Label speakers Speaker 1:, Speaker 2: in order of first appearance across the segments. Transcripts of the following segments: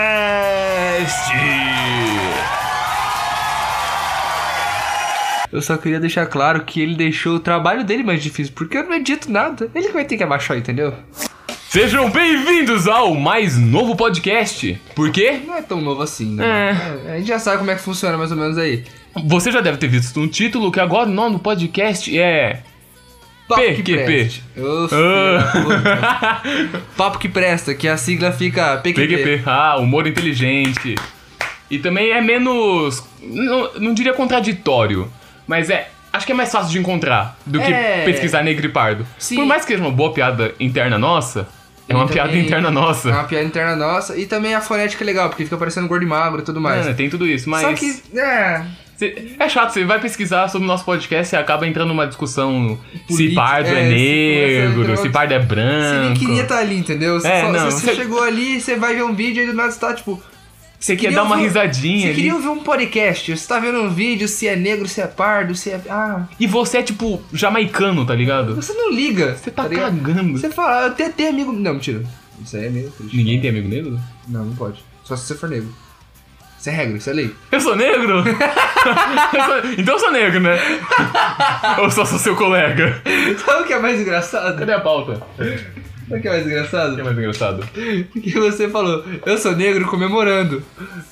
Speaker 1: Podcast! Eu só queria deixar claro que ele deixou o trabalho dele mais difícil, porque eu não edito nada. Ele que vai ter que abaixar, entendeu? Sejam bem-vindos ao mais novo podcast. Por quê?
Speaker 2: Não é tão novo assim, né? mano? É, A gente já sabe como é que funciona mais ou menos aí.
Speaker 1: Você já deve ter visto um título que agora o nome do podcast é.
Speaker 2: Papo
Speaker 1: PQP.
Speaker 2: presta. Ô,
Speaker 1: Ah.
Speaker 2: filho da puta. Papo que presta, que a sigla fica PQP.
Speaker 1: PQP. Ah, humor inteligente. E também é menos. Não, não diria contraditório, mas é. Acho que é mais fácil de encontrar do que
Speaker 2: É.
Speaker 1: pesquisar negro e pardo.
Speaker 2: Sim.
Speaker 1: Por mais que seja uma boa piada interna nossa, é uma
Speaker 2: E
Speaker 1: piada
Speaker 2: também
Speaker 1: interna
Speaker 2: É
Speaker 1: nossa.
Speaker 2: uma piada interna nossa. E também a fonética é legal, porque fica parecendo gordo e magro e tudo mais.
Speaker 1: É, tem tudo isso, mas.
Speaker 2: Só que, é...
Speaker 1: cê- é chato, você vai pesquisar sobre o nosso podcast e acaba entrando numa discussão se
Speaker 2: Política,
Speaker 1: pardo é,
Speaker 2: é, se começa a entrar
Speaker 1: negro, se
Speaker 2: uma-
Speaker 1: pardo é
Speaker 2: Você
Speaker 1: branco.
Speaker 2: nem queria tá- estar ali, entendeu? Você,
Speaker 1: É,
Speaker 2: só-
Speaker 1: não,
Speaker 2: você
Speaker 1: você-
Speaker 2: chegou ali, você vai ver um vídeo e do nada você tá, tipo...
Speaker 1: Você quer
Speaker 2: queria
Speaker 1: dar uma
Speaker 2: ouvir-
Speaker 1: risadinha
Speaker 2: Você
Speaker 1: ali.
Speaker 2: queria ouvir um podcast, você tá vendo um vídeo, se é negro, se é pardo, se é... Ah,
Speaker 1: E você é tipo jamaicano, tá ligado?
Speaker 2: você não liga.
Speaker 1: Você tá,
Speaker 2: ligado?
Speaker 1: cagando.
Speaker 2: Você fala, eu tenho, tenho amigo. Não, mentira. Isso aí é meio triste.
Speaker 1: Ninguém tem amigo negro?
Speaker 2: Não, não pode. Só se você for negro. Isso é regra, isso é lei.
Speaker 1: Eu sou negro? Eu sou- Então eu sou negro, né? Ou só sou seu colega?
Speaker 2: Sabe o que é mais engraçado?
Speaker 1: Cadê a pauta?
Speaker 2: Sabe o que é mais
Speaker 1: O que é
Speaker 2: engraçado?
Speaker 1: mais engraçado?
Speaker 2: Que você falou, eu sou negro comemorando.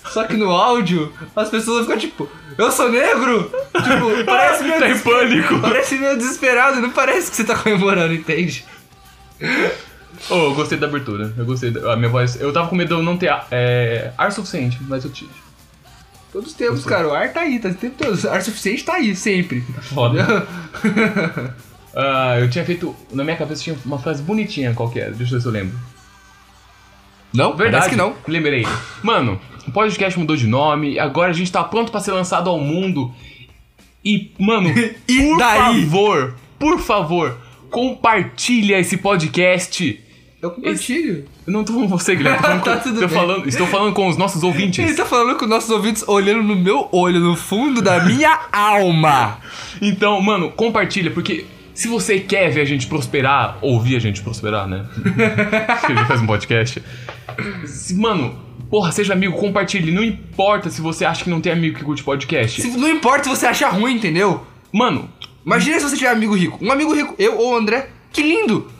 Speaker 2: Só que no áudio, as pessoas ficam tipo, eu sou negro? Tipo, parece meio,
Speaker 1: Tá em
Speaker 2: des-
Speaker 1: pânico.
Speaker 2: parece meio desesperado, não parece que você tá comemorando, entende?
Speaker 1: Oh, eu gostei da abertura. Eu gostei da a minha voz. Eu tava com medo de eu não ter é, ar suficiente, mas eu tive.
Speaker 2: Todos os tempos, cara, o ar tá aí, tá o tempo todo. O ar suficiente tá aí, sempre.
Speaker 1: Foda. Ah, eu tinha feito. Na minha cabeça tinha uma frase bonitinha qualquer. Deixa eu ver se eu lembro.
Speaker 2: Não,
Speaker 1: Verdade é
Speaker 2: parece que não.
Speaker 1: Lembrei. Mano, o podcast mudou de nome. Agora a gente tá pronto pra ser lançado ao mundo. E, mano,
Speaker 2: E
Speaker 1: por
Speaker 2: daí?
Speaker 1: favor, por favor, compartilha esse podcast.
Speaker 2: Eu compartilho.
Speaker 1: Eu não tô falando com você, Guilherme. Tô falando com-
Speaker 2: Tá tudo
Speaker 1: tô
Speaker 2: bem.
Speaker 1: falando- estou falando com os nossos
Speaker 2: Ele
Speaker 1: ouvintes.
Speaker 2: tá falando com nossos ouvintes olhando no meu olho, no fundo da minha alma.
Speaker 1: Então, mano, compartilha, porque se você quer ver a gente prosperar, ouvir a gente prosperar, né? Porque a gente faz um podcast. Se- Mano, porra, seja amigo, compartilhe. Não importa se você acha que não tem amigo que curte podcast.
Speaker 2: Se- não importa se você achar ruim, entendeu?
Speaker 1: Mano,
Speaker 2: Imagina se você tiver amigo rico. Um amigo rico, eu ou o André. Que lindo!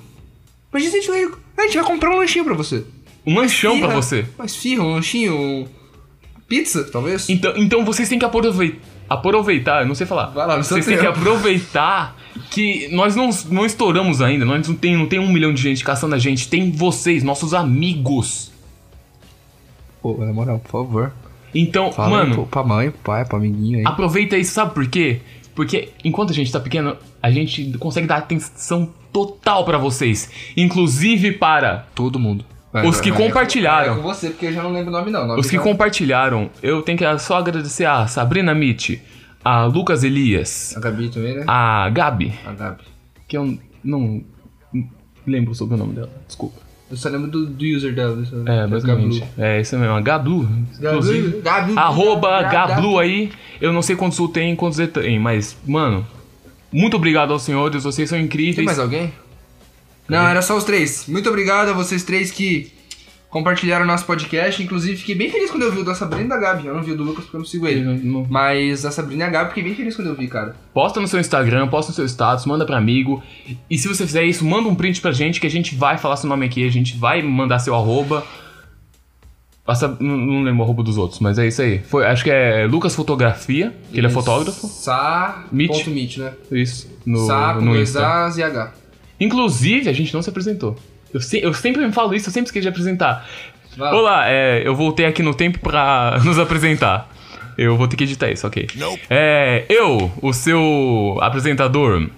Speaker 2: Imagina se a gente tiver rico. A gente vai comprar um lanchinho pra você.
Speaker 1: um lanchão pra
Speaker 2: Firra,
Speaker 1: você.
Speaker 2: Uma esfirra, um lanchinho, um... pizza, talvez.
Speaker 1: Então, então vocês têm que aproveitar. Aproveitar, eu não sei falar.
Speaker 2: Vai lá, no seu
Speaker 1: vocês têm que
Speaker 2: tempo.
Speaker 1: aproveitar que nós não, não estouramos ainda. Nós não tem, não tem um milhão de gente caçando a gente. Tem vocês, nossos amigos.
Speaker 2: Pô, na moral, por favor.
Speaker 1: Então,
Speaker 2: Fala
Speaker 1: mano.
Speaker 2: pro- pra mãe, pro pai, pro amiguinho aí.
Speaker 1: Aproveita isso, sabe por quê? Porque enquanto a gente tá pequeno, a gente consegue dar atenção total pra vocês, inclusive para
Speaker 2: Todo mundo. Vai,
Speaker 1: Os
Speaker 2: vai,
Speaker 1: que
Speaker 2: vai.
Speaker 1: compartilharam.
Speaker 2: É com você, porque eu já não lembro o nome não. Nome
Speaker 1: os que
Speaker 2: não.
Speaker 1: compartilharam. Eu tenho que só agradecer a Sabrina Mitty, a Lucas Elias,
Speaker 2: A Gabi também, né?
Speaker 1: a Gabi,
Speaker 2: A Gabi.
Speaker 1: que eu não lembro sobre o nome dela, desculpa.
Speaker 2: Eu só lembro do, do user dela. só-
Speaker 1: É, basicamente. É isso mesmo, a Gablu, inclusive.
Speaker 2: Gabi. Gabi.
Speaker 1: Arroba
Speaker 2: Gabi.
Speaker 1: Gablu aí. Eu não sei quantos U tem, quantos E tem, mas, mano, muito obrigado aos senhores, vocês são
Speaker 2: Tem
Speaker 1: incríveis.
Speaker 2: mais alguém? Não, era só os três. Muito obrigado a vocês três que compartilharam o nosso podcast. Inclusive, fiquei bem feliz quando eu vi o da Sabrina e da Gabi. Eu não vi o do Lucas porque eu não sigo
Speaker 1: Eu
Speaker 2: ele.
Speaker 1: não- não-
Speaker 2: Mas a Sabrina e a Gabi, fiquei bem feliz quando eu vi, cara.
Speaker 1: Posta no seu Instagram, posta no seu status, manda pra amigo. E se você fizer isso, manda um print pra gente que a gente vai falar seu nome aqui, a gente vai mandar seu arroba. Passa, não, não lembro o arroba dos outros, mas é isso aí. Foi, acho que é Lucas Fotografia, que ele é fotógrafo.
Speaker 2: Sa.
Speaker 1: Mitch.
Speaker 2: Ponto Mitch, né?
Speaker 1: Isso, no,
Speaker 2: Sa com
Speaker 1: no
Speaker 2: dois
Speaker 1: Insta.
Speaker 2: As e H.
Speaker 1: Inclusive, a gente não se apresentou. Eu, se- eu sempre me falo isso, eu sempre esqueço de apresentar.
Speaker 2: Vai lá.
Speaker 1: Olá, é, eu voltei aqui no tempo pra nos apresentar. Eu vou ter que editar isso, ok. É, eu, o seu apresentador,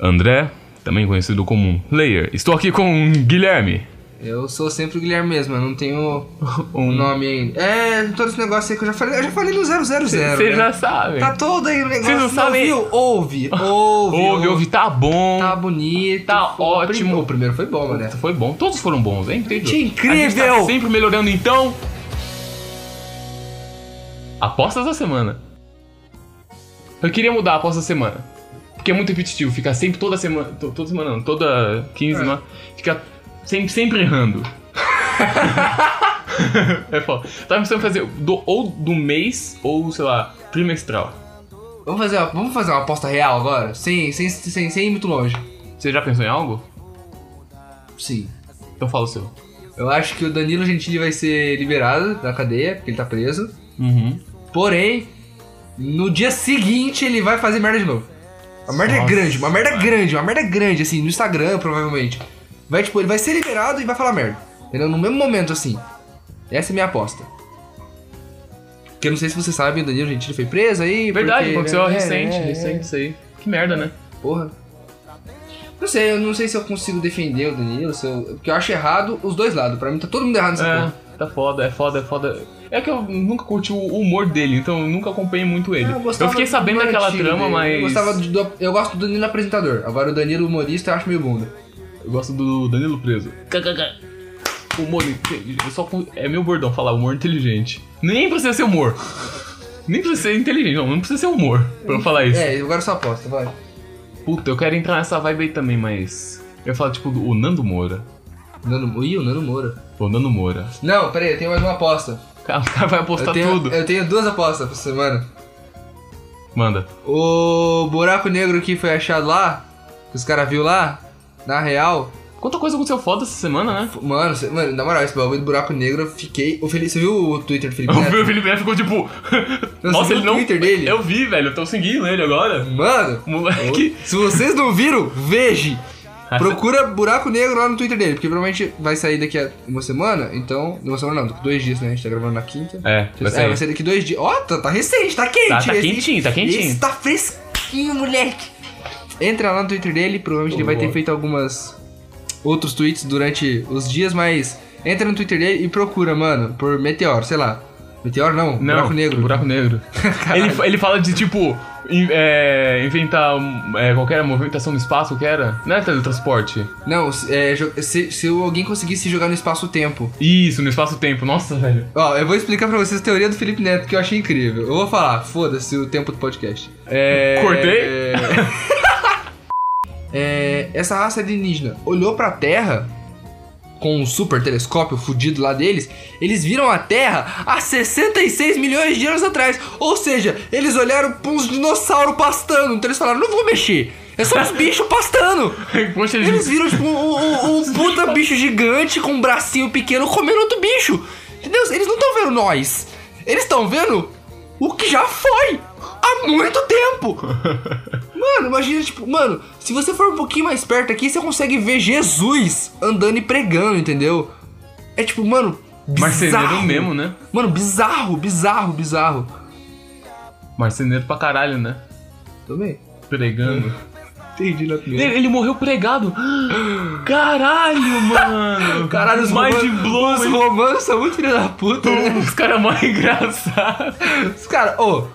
Speaker 1: André, também conhecido como Layer, estou aqui com Guilherme.
Speaker 2: Eu sou sempre o Guilherme mesmo, eu não tenho
Speaker 1: Um-
Speaker 2: um nome ainda. É, todo esse negócio aí que eu já falei. Eu já falei no 000.
Speaker 1: Vocês
Speaker 2: né?
Speaker 1: já sabem.
Speaker 2: Tá todo aí o negócio.
Speaker 1: Vocês não sabem-
Speaker 2: Ouviu? Ouve, ouve.
Speaker 1: Ouve, ouve, tá bom.
Speaker 2: Tá bonito.
Speaker 1: Tá
Speaker 2: Foi o
Speaker 1: ótimo.
Speaker 2: primeiro- O primeiro foi bom, né?
Speaker 1: Foi bom, todos foram bons, é incrível.
Speaker 2: Que incrível!
Speaker 1: A gente tá sempre melhorando, então. Apostas da semana. Eu queria mudar a aposta da semana. Porque é muito repetitivo, fica sempre toda semana. to- Toda semana não, toda 15,
Speaker 2: É.
Speaker 1: né? Fica sempre, sempre errando. é foda. Tava pensando em fazer do, ou do mês ou, sei lá, trimestral.
Speaker 2: Vamos fazer, uma, vamos fazer uma aposta real agora? Sem, sem, sem, sem ir muito longe.
Speaker 1: Você já pensou em algo?
Speaker 2: Sim.
Speaker 1: Então fala o seu.
Speaker 2: Eu acho que o Danilo Gentili vai ser liberado da cadeia, porque ele tá preso.
Speaker 1: Uhum.
Speaker 2: Porém, no dia seguinte ele vai fazer merda de novo. Uma merda
Speaker 1: Nossa,
Speaker 2: grande, uma merda
Speaker 1: mano.
Speaker 2: grande, uma merda grande, assim, no Instagram, provavelmente. Vai, tipo, ele vai ser liberado e vai falar merda. Entendeu? No mesmo momento, assim. Essa é a minha aposta. Porque eu não sei se você sabe, o Danilo Gentili foi preso aí.
Speaker 1: Verdade,
Speaker 2: porque,
Speaker 1: aconteceu
Speaker 2: né, é,
Speaker 1: recente,
Speaker 2: é, é.
Speaker 1: recente isso aí. Que merda, né?
Speaker 2: Porra. Não sei, eu não sei se eu consigo defender o Danilo, se eu- porque eu acho errado os dois lados. Pra mim tá todo mundo errado nessa porra.
Speaker 1: É, tá foda, é foda, é foda. É que eu nunca curti o humor dele, então eu nunca acompanhei muito ele.
Speaker 2: Ah, É, Eu,
Speaker 1: Eu,
Speaker 2: gostava
Speaker 1: fiquei
Speaker 2: do
Speaker 1: sabendo
Speaker 2: primeiro
Speaker 1: daquela
Speaker 2: time
Speaker 1: trama,
Speaker 2: dele.
Speaker 1: mas.
Speaker 2: Eu, gostava do- eu gosto do Danilo apresentador. Agora o Danilo humorista eu acho meio bunda.
Speaker 1: Eu gosto do Danilo Preso. KKK. Humor inteligente. Eu só con- É meu bordão falar humor inteligente. Nem precisa ser humor. Nem precisa ser inteligente, não. Não precisa ser humor pra eu falar isso.
Speaker 2: É, agora só aposta, vai.
Speaker 1: Puta, eu quero entrar nessa vibe aí também, mas. Eu ia falar, tipo, do o Nando Moura.
Speaker 2: Nano, ih, o Nano Moura.
Speaker 1: O Nando Moura.
Speaker 2: Não, peraí, eu tenho mais uma aposta.
Speaker 1: O cara, o cara vai
Speaker 2: eu,
Speaker 1: apostar
Speaker 2: tenho,
Speaker 1: tudo.
Speaker 2: eu tenho duas apostas por semana.
Speaker 1: Manda.
Speaker 2: O buraco negro que foi achado lá, que os caras viu lá, na real.
Speaker 1: Quanta coisa aconteceu foda essa semana, né?
Speaker 2: Mano, cê- mano, na moral, esse bagulho do buraco negro eu fiquei. O Felipe, você viu o Twitter do Felipe Neto?
Speaker 1: O Felipe Neto ficou tipo.
Speaker 2: Né? Não,
Speaker 1: Nossa,
Speaker 2: você
Speaker 1: ele
Speaker 2: viu o
Speaker 1: não.
Speaker 2: Twitter dele?
Speaker 1: Eu vi, velho. Eu tô seguindo ele agora.
Speaker 2: Mano!
Speaker 1: Moleque.
Speaker 2: Se vocês não viram, veja! Procura buraco negro lá no Twitter dele, porque provavelmente vai sair daqui a uma semana, então. Uma semana não, dois dias, né? A gente tá gravando na quinta.
Speaker 1: É, vai
Speaker 2: É,
Speaker 1: sair.
Speaker 2: vai ser daqui dois dias. Ó, tá, tá recente, tá quente.
Speaker 1: Tá, tá
Speaker 2: esse.
Speaker 1: quentinho, tá quentinho.
Speaker 2: Esse tá fresquinho, moleque. Entra lá no Twitter dele, provavelmente ele vai ter
Speaker 1: Boa.
Speaker 2: feito algumas outros tweets durante os dias, mas entra no Twitter dele e procura, mano, por meteoro, sei lá. Meteoro não,
Speaker 1: Não,
Speaker 2: um buraco negro.
Speaker 1: Buraco negro. ele, ele fala de tipo. in- é, inventar um, é, qualquer movimentação no espaço, que era? Não é teletransporte?
Speaker 2: Não, se- é, jo- se, se alguém conseguisse jogar no espaço-tempo.
Speaker 1: Isso, no espaço-tempo. Nossa, velho.
Speaker 2: Ó, eu vou explicar pra vocês a teoria do Felipe Neto, que eu achei incrível. Eu vou falar, foda-se o tempo do podcast. É...
Speaker 1: Cortei?
Speaker 2: É, essa raça alienígena olhou pra Terra com um super telescópio fudido lá deles, eles viram a Terra há 66 milhões de anos atrás. Ou seja, eles olharam pra uns dinossauros pastando. Então eles falaram, não vou mexer. É só uns bichos pastando.
Speaker 1: Poxa,
Speaker 2: Eles
Speaker 1: eles.
Speaker 2: viram, tipo, um, um- um puta bicho gigante com um bracinho pequeno comendo outro bicho. Entendeu? Eles não estão vendo nós. Eles estão vendo o que já foi há muito tempo. Mano, imagina, tipo, mano, se você for um pouquinho mais perto aqui, você consegue ver Jesus andando e pregando, entendeu? É tipo, mano,
Speaker 1: Marceneiro
Speaker 2: bizarro.
Speaker 1: mesmo, né?
Speaker 2: Mano, bizarro, bizarro, bizarro.
Speaker 1: Marceneiro pra caralho, né?
Speaker 2: Também.
Speaker 1: Pregando.
Speaker 2: Entendi né, na primeira.
Speaker 1: Ele, ele morreu pregado. Caralho, mano.
Speaker 2: Caralho, os
Speaker 1: é mais de
Speaker 2: romanos, os
Speaker 1: blow.
Speaker 2: romanos são muito filha da puta, né?
Speaker 1: Os caras mais engraçados.
Speaker 2: Os caras, ô,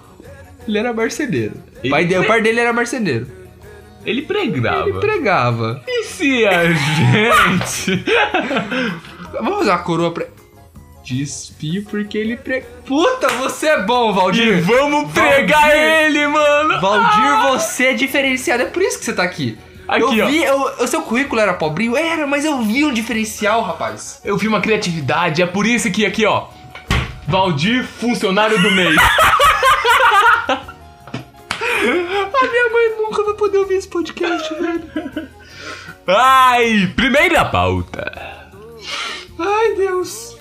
Speaker 2: ele era marceneiro. O pai,
Speaker 1: Ele
Speaker 2: dele, o
Speaker 1: pre-
Speaker 2: pai dele era marceneiro.
Speaker 1: Ele pregava.
Speaker 2: Ele pregava.
Speaker 1: E se a gente.
Speaker 2: Vamos fazer uma coroa pra. Despio porque ele prega. Puta, você é bom, Valdir!
Speaker 1: Vamos
Speaker 2: pregar
Speaker 1: ele, mano!
Speaker 2: Valdir, você é diferenciado, é por isso que você tá aqui.
Speaker 1: Aqui,
Speaker 2: eu
Speaker 1: ó.
Speaker 2: vi, eu- o seu currículo era pobrinho? Era, mas eu vi um diferencial, rapaz.
Speaker 1: Eu vi uma criatividade, é por isso que aqui, ó. Valdir, funcionário do mês.
Speaker 2: A minha mãe nunca vai poder ouvir esse podcast, velho.
Speaker 1: Ai, primeira pauta.
Speaker 2: Ai, Deus.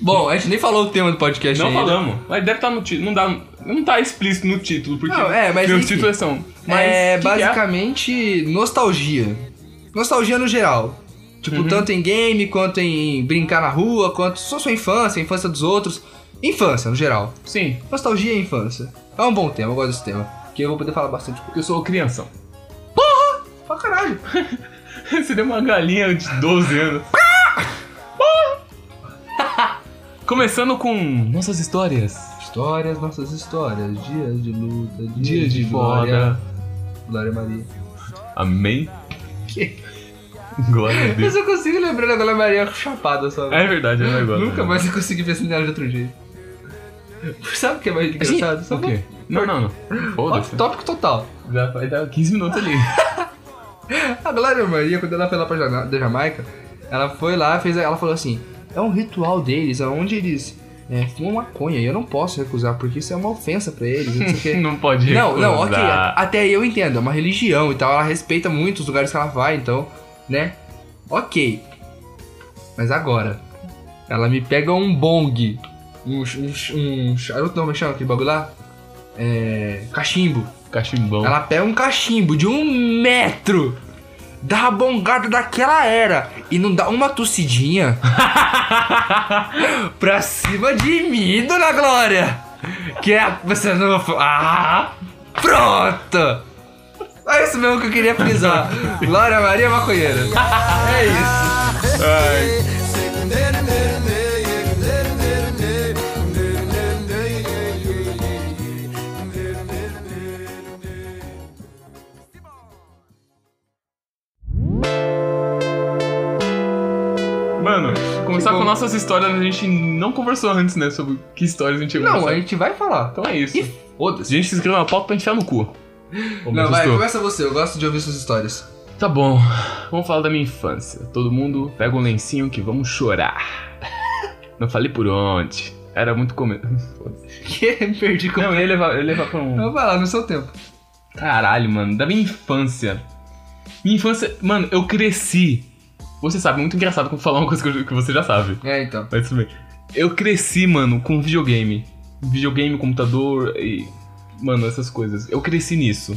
Speaker 2: Bom, a gente nem falou o tema do podcast
Speaker 1: Não
Speaker 2: ainda.
Speaker 1: falamos. Mas deve estar no título. Não, dá, não tá explícito no título, porque
Speaker 2: Não, é, mas
Speaker 1: os
Speaker 2: enfim.
Speaker 1: títulos são. Mas
Speaker 2: é
Speaker 1: que que
Speaker 2: basicamente nostalgia. Nostalgia no geral. Tipo, tanto em game, quanto em brincar na rua, quanto só sua infância, a infância dos outros. Infância, no geral.
Speaker 1: Sim,
Speaker 2: Nostalgia e infância. É um bom tema, eu gosto desse tema. Que eu vou poder falar bastante coisa.
Speaker 1: eu sou crianção.
Speaker 2: Pra caralho.
Speaker 1: Você deu uma galinha de 12 anos. Começando com nossas histórias.
Speaker 2: Histórias, nossas histórias. Dias de luta,
Speaker 1: Dia
Speaker 2: dias
Speaker 1: de foda.
Speaker 2: glória. Glória Maria.
Speaker 1: Amém?
Speaker 2: Que?
Speaker 1: Glória a
Speaker 2: Eu
Speaker 1: Deus.
Speaker 2: só consigo lembrar da Glória Maria chapada só. né?
Speaker 1: É verdade, é um negócio.
Speaker 2: Nunca mais eu consegui pensar nela de outro jeito. Sabe o que é mais
Speaker 1: A gente-
Speaker 2: engraçado? Sabe
Speaker 1: Assim, O quê? Não, não, não. Foda-se.
Speaker 2: Off tópico total.
Speaker 1: Já vai dar 15 minutos ali.
Speaker 2: A Glória Maria, quando ela foi lá pra Jana- da Jamaica, Ela foi lá, fez, ela falou assim: é um ritual deles, aonde eles é, fumam maconha e eu não posso recusar porque isso é uma ofensa pra eles. Não, sei o quê.
Speaker 1: Não pode
Speaker 2: não, não, ok.
Speaker 1: recusar.
Speaker 2: Até aí eu entendo, é uma religião e tal, ela respeita muito os lugares que ela vai, então, né? Ok. Mas agora, ela me pega um bong, um, ch- um, ch- um charuto, não, como é que chama aquele bagulho lá? É. Cachimbo.
Speaker 1: Cachimbão.
Speaker 2: Ela pega um cachimbo de um metro, dá a bongada daquela era e não dá uma tossidinha pra cima de mim, dona Glória. Que é a você não. Ah! Pronto! É isso mesmo que eu queria frisar. Glória Maria Maconheira. É isso.
Speaker 1: Mano, começar
Speaker 2: Tipo-
Speaker 1: com nossas histórias, a gente não conversou antes, né? Sobre que histórias a gente ia
Speaker 2: Não,
Speaker 1: conversar.
Speaker 2: a gente vai falar.
Speaker 1: Então é isso.
Speaker 2: E
Speaker 1: A gente se inscreveu na pauta pra enfiar no cu. Ô, me
Speaker 2: Não, vai,
Speaker 1: assustou.
Speaker 2: começa você, eu gosto de ouvir suas histórias.
Speaker 1: Tá bom, vamos falar da minha infância. Todo mundo pega um lencinho que vamos chorar. Não falei por onde. Era muito começo.
Speaker 2: Que me perdi com.
Speaker 1: Não, eu ia levar, eu ia levar pra um.
Speaker 2: Não, vai lá, no seu tempo.
Speaker 1: Caralho, mano, da minha infância. Minha infância, mano, eu cresci. Você sabe, é muito engraçado quando falar uma coisa que, eu- que você já sabe.
Speaker 2: É, então.
Speaker 1: Mas tudo bem. Eu cresci, mano, com videogame. Videogame, computador e. Mano, essas coisas. Eu cresci nisso.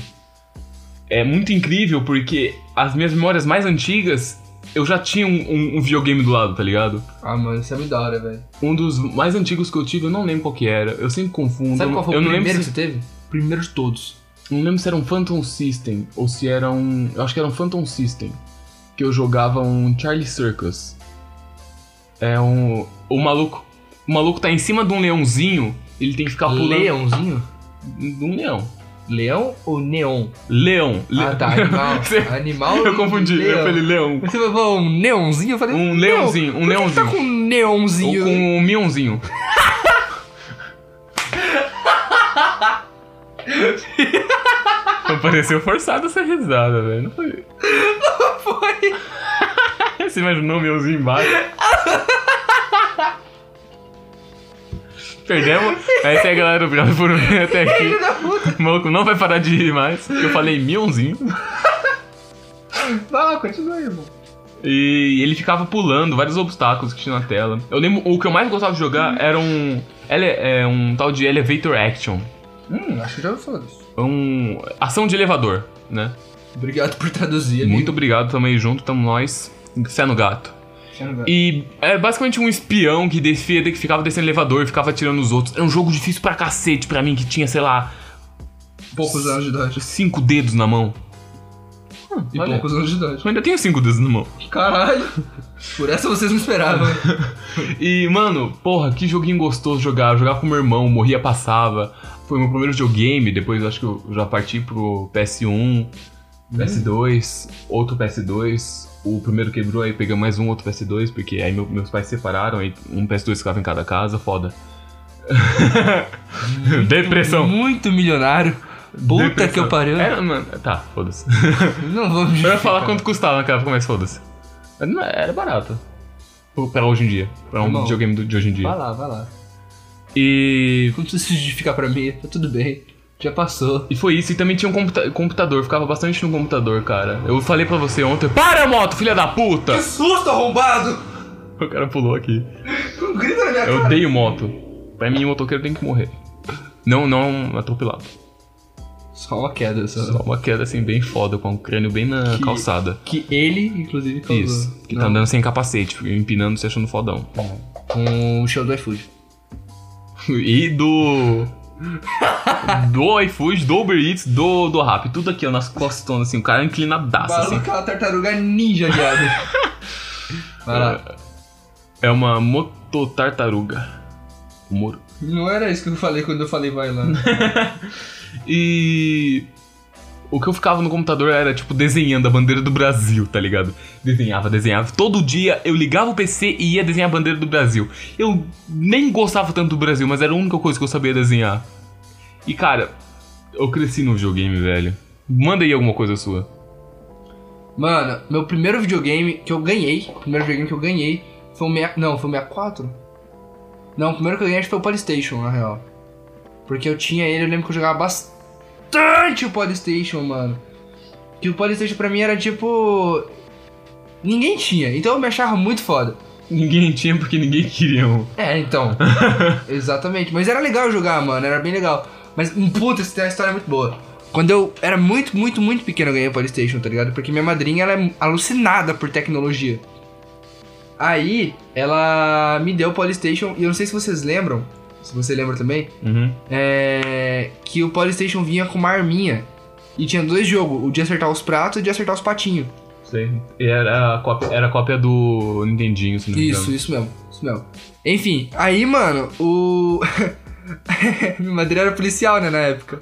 Speaker 1: É muito incrível porque as minhas memórias mais antigas eu já tinha um, um- um videogame do lado, tá ligado?
Speaker 2: Ah, mano, isso é muito da hora, velho.
Speaker 1: Um dos mais antigos que eu tive, eu não lembro qual que era. Eu sempre confundo.
Speaker 2: Sabe
Speaker 1: eu
Speaker 2: qual foi
Speaker 1: eu
Speaker 2: o
Speaker 1: não lembro
Speaker 2: primeiro que
Speaker 1: se-
Speaker 2: você teve? Primeiro de todos.
Speaker 1: Não lembro se era um Phantom System ou se era um. Eu acho que era um Phantom System. Que eu jogava um Charlie Circus. É um. O maluco. O maluco tá em cima de um leãozinho. Ele tem que
Speaker 2: Ah,
Speaker 1: ficar pulando.
Speaker 2: Leãozinho?
Speaker 1: De um leão.
Speaker 2: Leão ou neon?
Speaker 1: Leão. Le-
Speaker 2: Ah, tá. Animal.
Speaker 1: Você-
Speaker 2: animal
Speaker 1: eu confundi.
Speaker 2: leão.
Speaker 1: Eu falei leão.
Speaker 2: Você falou um neonzinho? Eu falei.
Speaker 1: Um
Speaker 2: não,
Speaker 1: leãozinho, um
Speaker 2: por que que
Speaker 1: leãozinho.
Speaker 2: Tá com um neonzinho.
Speaker 1: Ou com um mionzinho. Pareceu forçado essa risada, velho. Não foi.
Speaker 2: Foi.
Speaker 1: Você imaginou o meuzinho embaixo? Perdemos. Essa é a galera, obrigado por vir até aqui.
Speaker 2: Filho da puta.
Speaker 1: O maluco não vai parar de rir mais. porque Eu falei mionzinho.
Speaker 2: Vai lá, continua aí, irmão.
Speaker 1: E ele ficava pulando vários obstáculos que tinha na tela. Eu lembro, o que eu mais gostava de jogar era um. ele- é, um tal de Elevator Action.
Speaker 2: Hum, acho que já ouvi falar disso.
Speaker 1: Um. Ação de elevador, né?
Speaker 2: Obrigado por traduzir.
Speaker 1: Muito obrigado, tamo aí junto, tamo nós. Fé no gato.
Speaker 2: E...
Speaker 1: E é basicamente um espião que desfia, que ficava descendo elevador e ficava atirando os outros. Era um jogo difícil pra cacete pra mim, que tinha, sei lá,
Speaker 2: Poucos anos de idade.
Speaker 1: cinco dedos na mão.
Speaker 2: E
Speaker 1: Olha.
Speaker 2: poucos anos de idade.
Speaker 1: Eu ainda tenho cinco dedos na mão.
Speaker 2: Caralho. Por essa vocês não esperavam.
Speaker 1: E, mano, porra, que joguinho gostoso jogar. Eu jogava com meu irmão, morria, passava. Foi meu primeiro videogame, depois eu acho que eu já parti pro PS1,
Speaker 2: Hum.
Speaker 1: PS2, outro PS2. O primeiro quebrou, aí peguei mais um outro PS2, porque aí meu- meus pais se separaram, aí um PS2 ficava em cada casa, foda. Depressão.
Speaker 2: Muito milionário. Puta que eu pariu.
Speaker 1: Era, mano, tá, foda-se.
Speaker 2: Não
Speaker 1: Eu
Speaker 2: vou me
Speaker 1: ia
Speaker 2: justificar.
Speaker 1: falar quanto custava naquela época, mas foda-se. Mas não, Era barato. Pro- Pra hoje em dia. Pra um
Speaker 2: Irmão,
Speaker 1: videogame do- de hoje em
Speaker 2: Vai
Speaker 1: dia.
Speaker 2: lá, vai lá.
Speaker 1: E.
Speaker 2: Quando você se justificar pra mim, tá tudo bem. Já passou.
Speaker 1: E foi isso. E também tinha um computa- computador. Ficava bastante no computador, cara. Eu falei pra você ontem. Para, moto, filha da puta!
Speaker 2: susto arrombado!
Speaker 1: O cara pulou aqui.
Speaker 2: Não grita na minha
Speaker 1: Eu odeio moto. Pra mim, motoqueiro tem que morrer. Não, não atropelado.
Speaker 2: Só uma queda, só.
Speaker 1: Só uma queda assim, bem foda, com o crânio bem na
Speaker 2: Que-
Speaker 1: calçada.
Speaker 2: Que ele, inclusive, causou.
Speaker 1: Isso. Que tá
Speaker 2: Não,
Speaker 1: andando sem capacete, empinando, se achando fodão.
Speaker 2: Com o show do iFood.
Speaker 1: E do. do iFood, do Uber Eats, do, do Rap. Tudo aqui, ó, nas costonas, assim. O cara inclinadaço, assim.
Speaker 2: Maluco, é uma tartaruga ninja, viado. Vai lá.
Speaker 1: É uma mototartaruga. Humor.
Speaker 2: Não era isso que eu falei quando eu falei vai lá.
Speaker 1: E. O que eu ficava no computador era, tipo, desenhando a bandeira do Brasil, tá ligado? Desenhava, desenhava. Todo dia eu ligava o PC e ia desenhar a bandeira do Brasil. Eu nem gostava tanto do Brasil, mas era a única coisa que eu sabia desenhar. E, cara, eu cresci no videogame, velho. Manda aí alguma coisa sua.
Speaker 2: Mano, meu primeiro videogame que eu ganhei, o primeiro videogame que eu ganhei foi o 64. Não, foi o 64? Não, o primeiro que eu ganhei acho que foi o Polystation, na real. Porque eu tinha ele, eu lembro que eu jogava bastante o Polystation, mano. Que o Polystation pra mim era tipo. Ninguém tinha, então eu me achava muito foda.
Speaker 1: Ninguém tinha porque ninguém queria um.
Speaker 2: É, então. Exatamente. Mas era legal jogar, mano. Era bem legal. Mas, hum, puta, essa é uma história muito boa. Quando eu era muito, muito, muito pequeno, eu ganhei o Playstation, tá ligado? Porque minha madrinha, ela é alucinada por tecnologia. Aí, ela me deu o Playstation. E eu não sei se vocês lembram, se você lembra também,
Speaker 1: Uhum.
Speaker 2: é, que o Playstation vinha com uma arminha. E tinha dois jogos, o de acertar os pratos e o de acertar os patinhos.
Speaker 1: Sei. E Era a cópia, era a cópia do Nintendinho, se não me
Speaker 2: Isso,
Speaker 1: engano.
Speaker 2: isso mesmo, isso mesmo. Enfim, aí, mano, o. minha madrinha era policial, né, na época.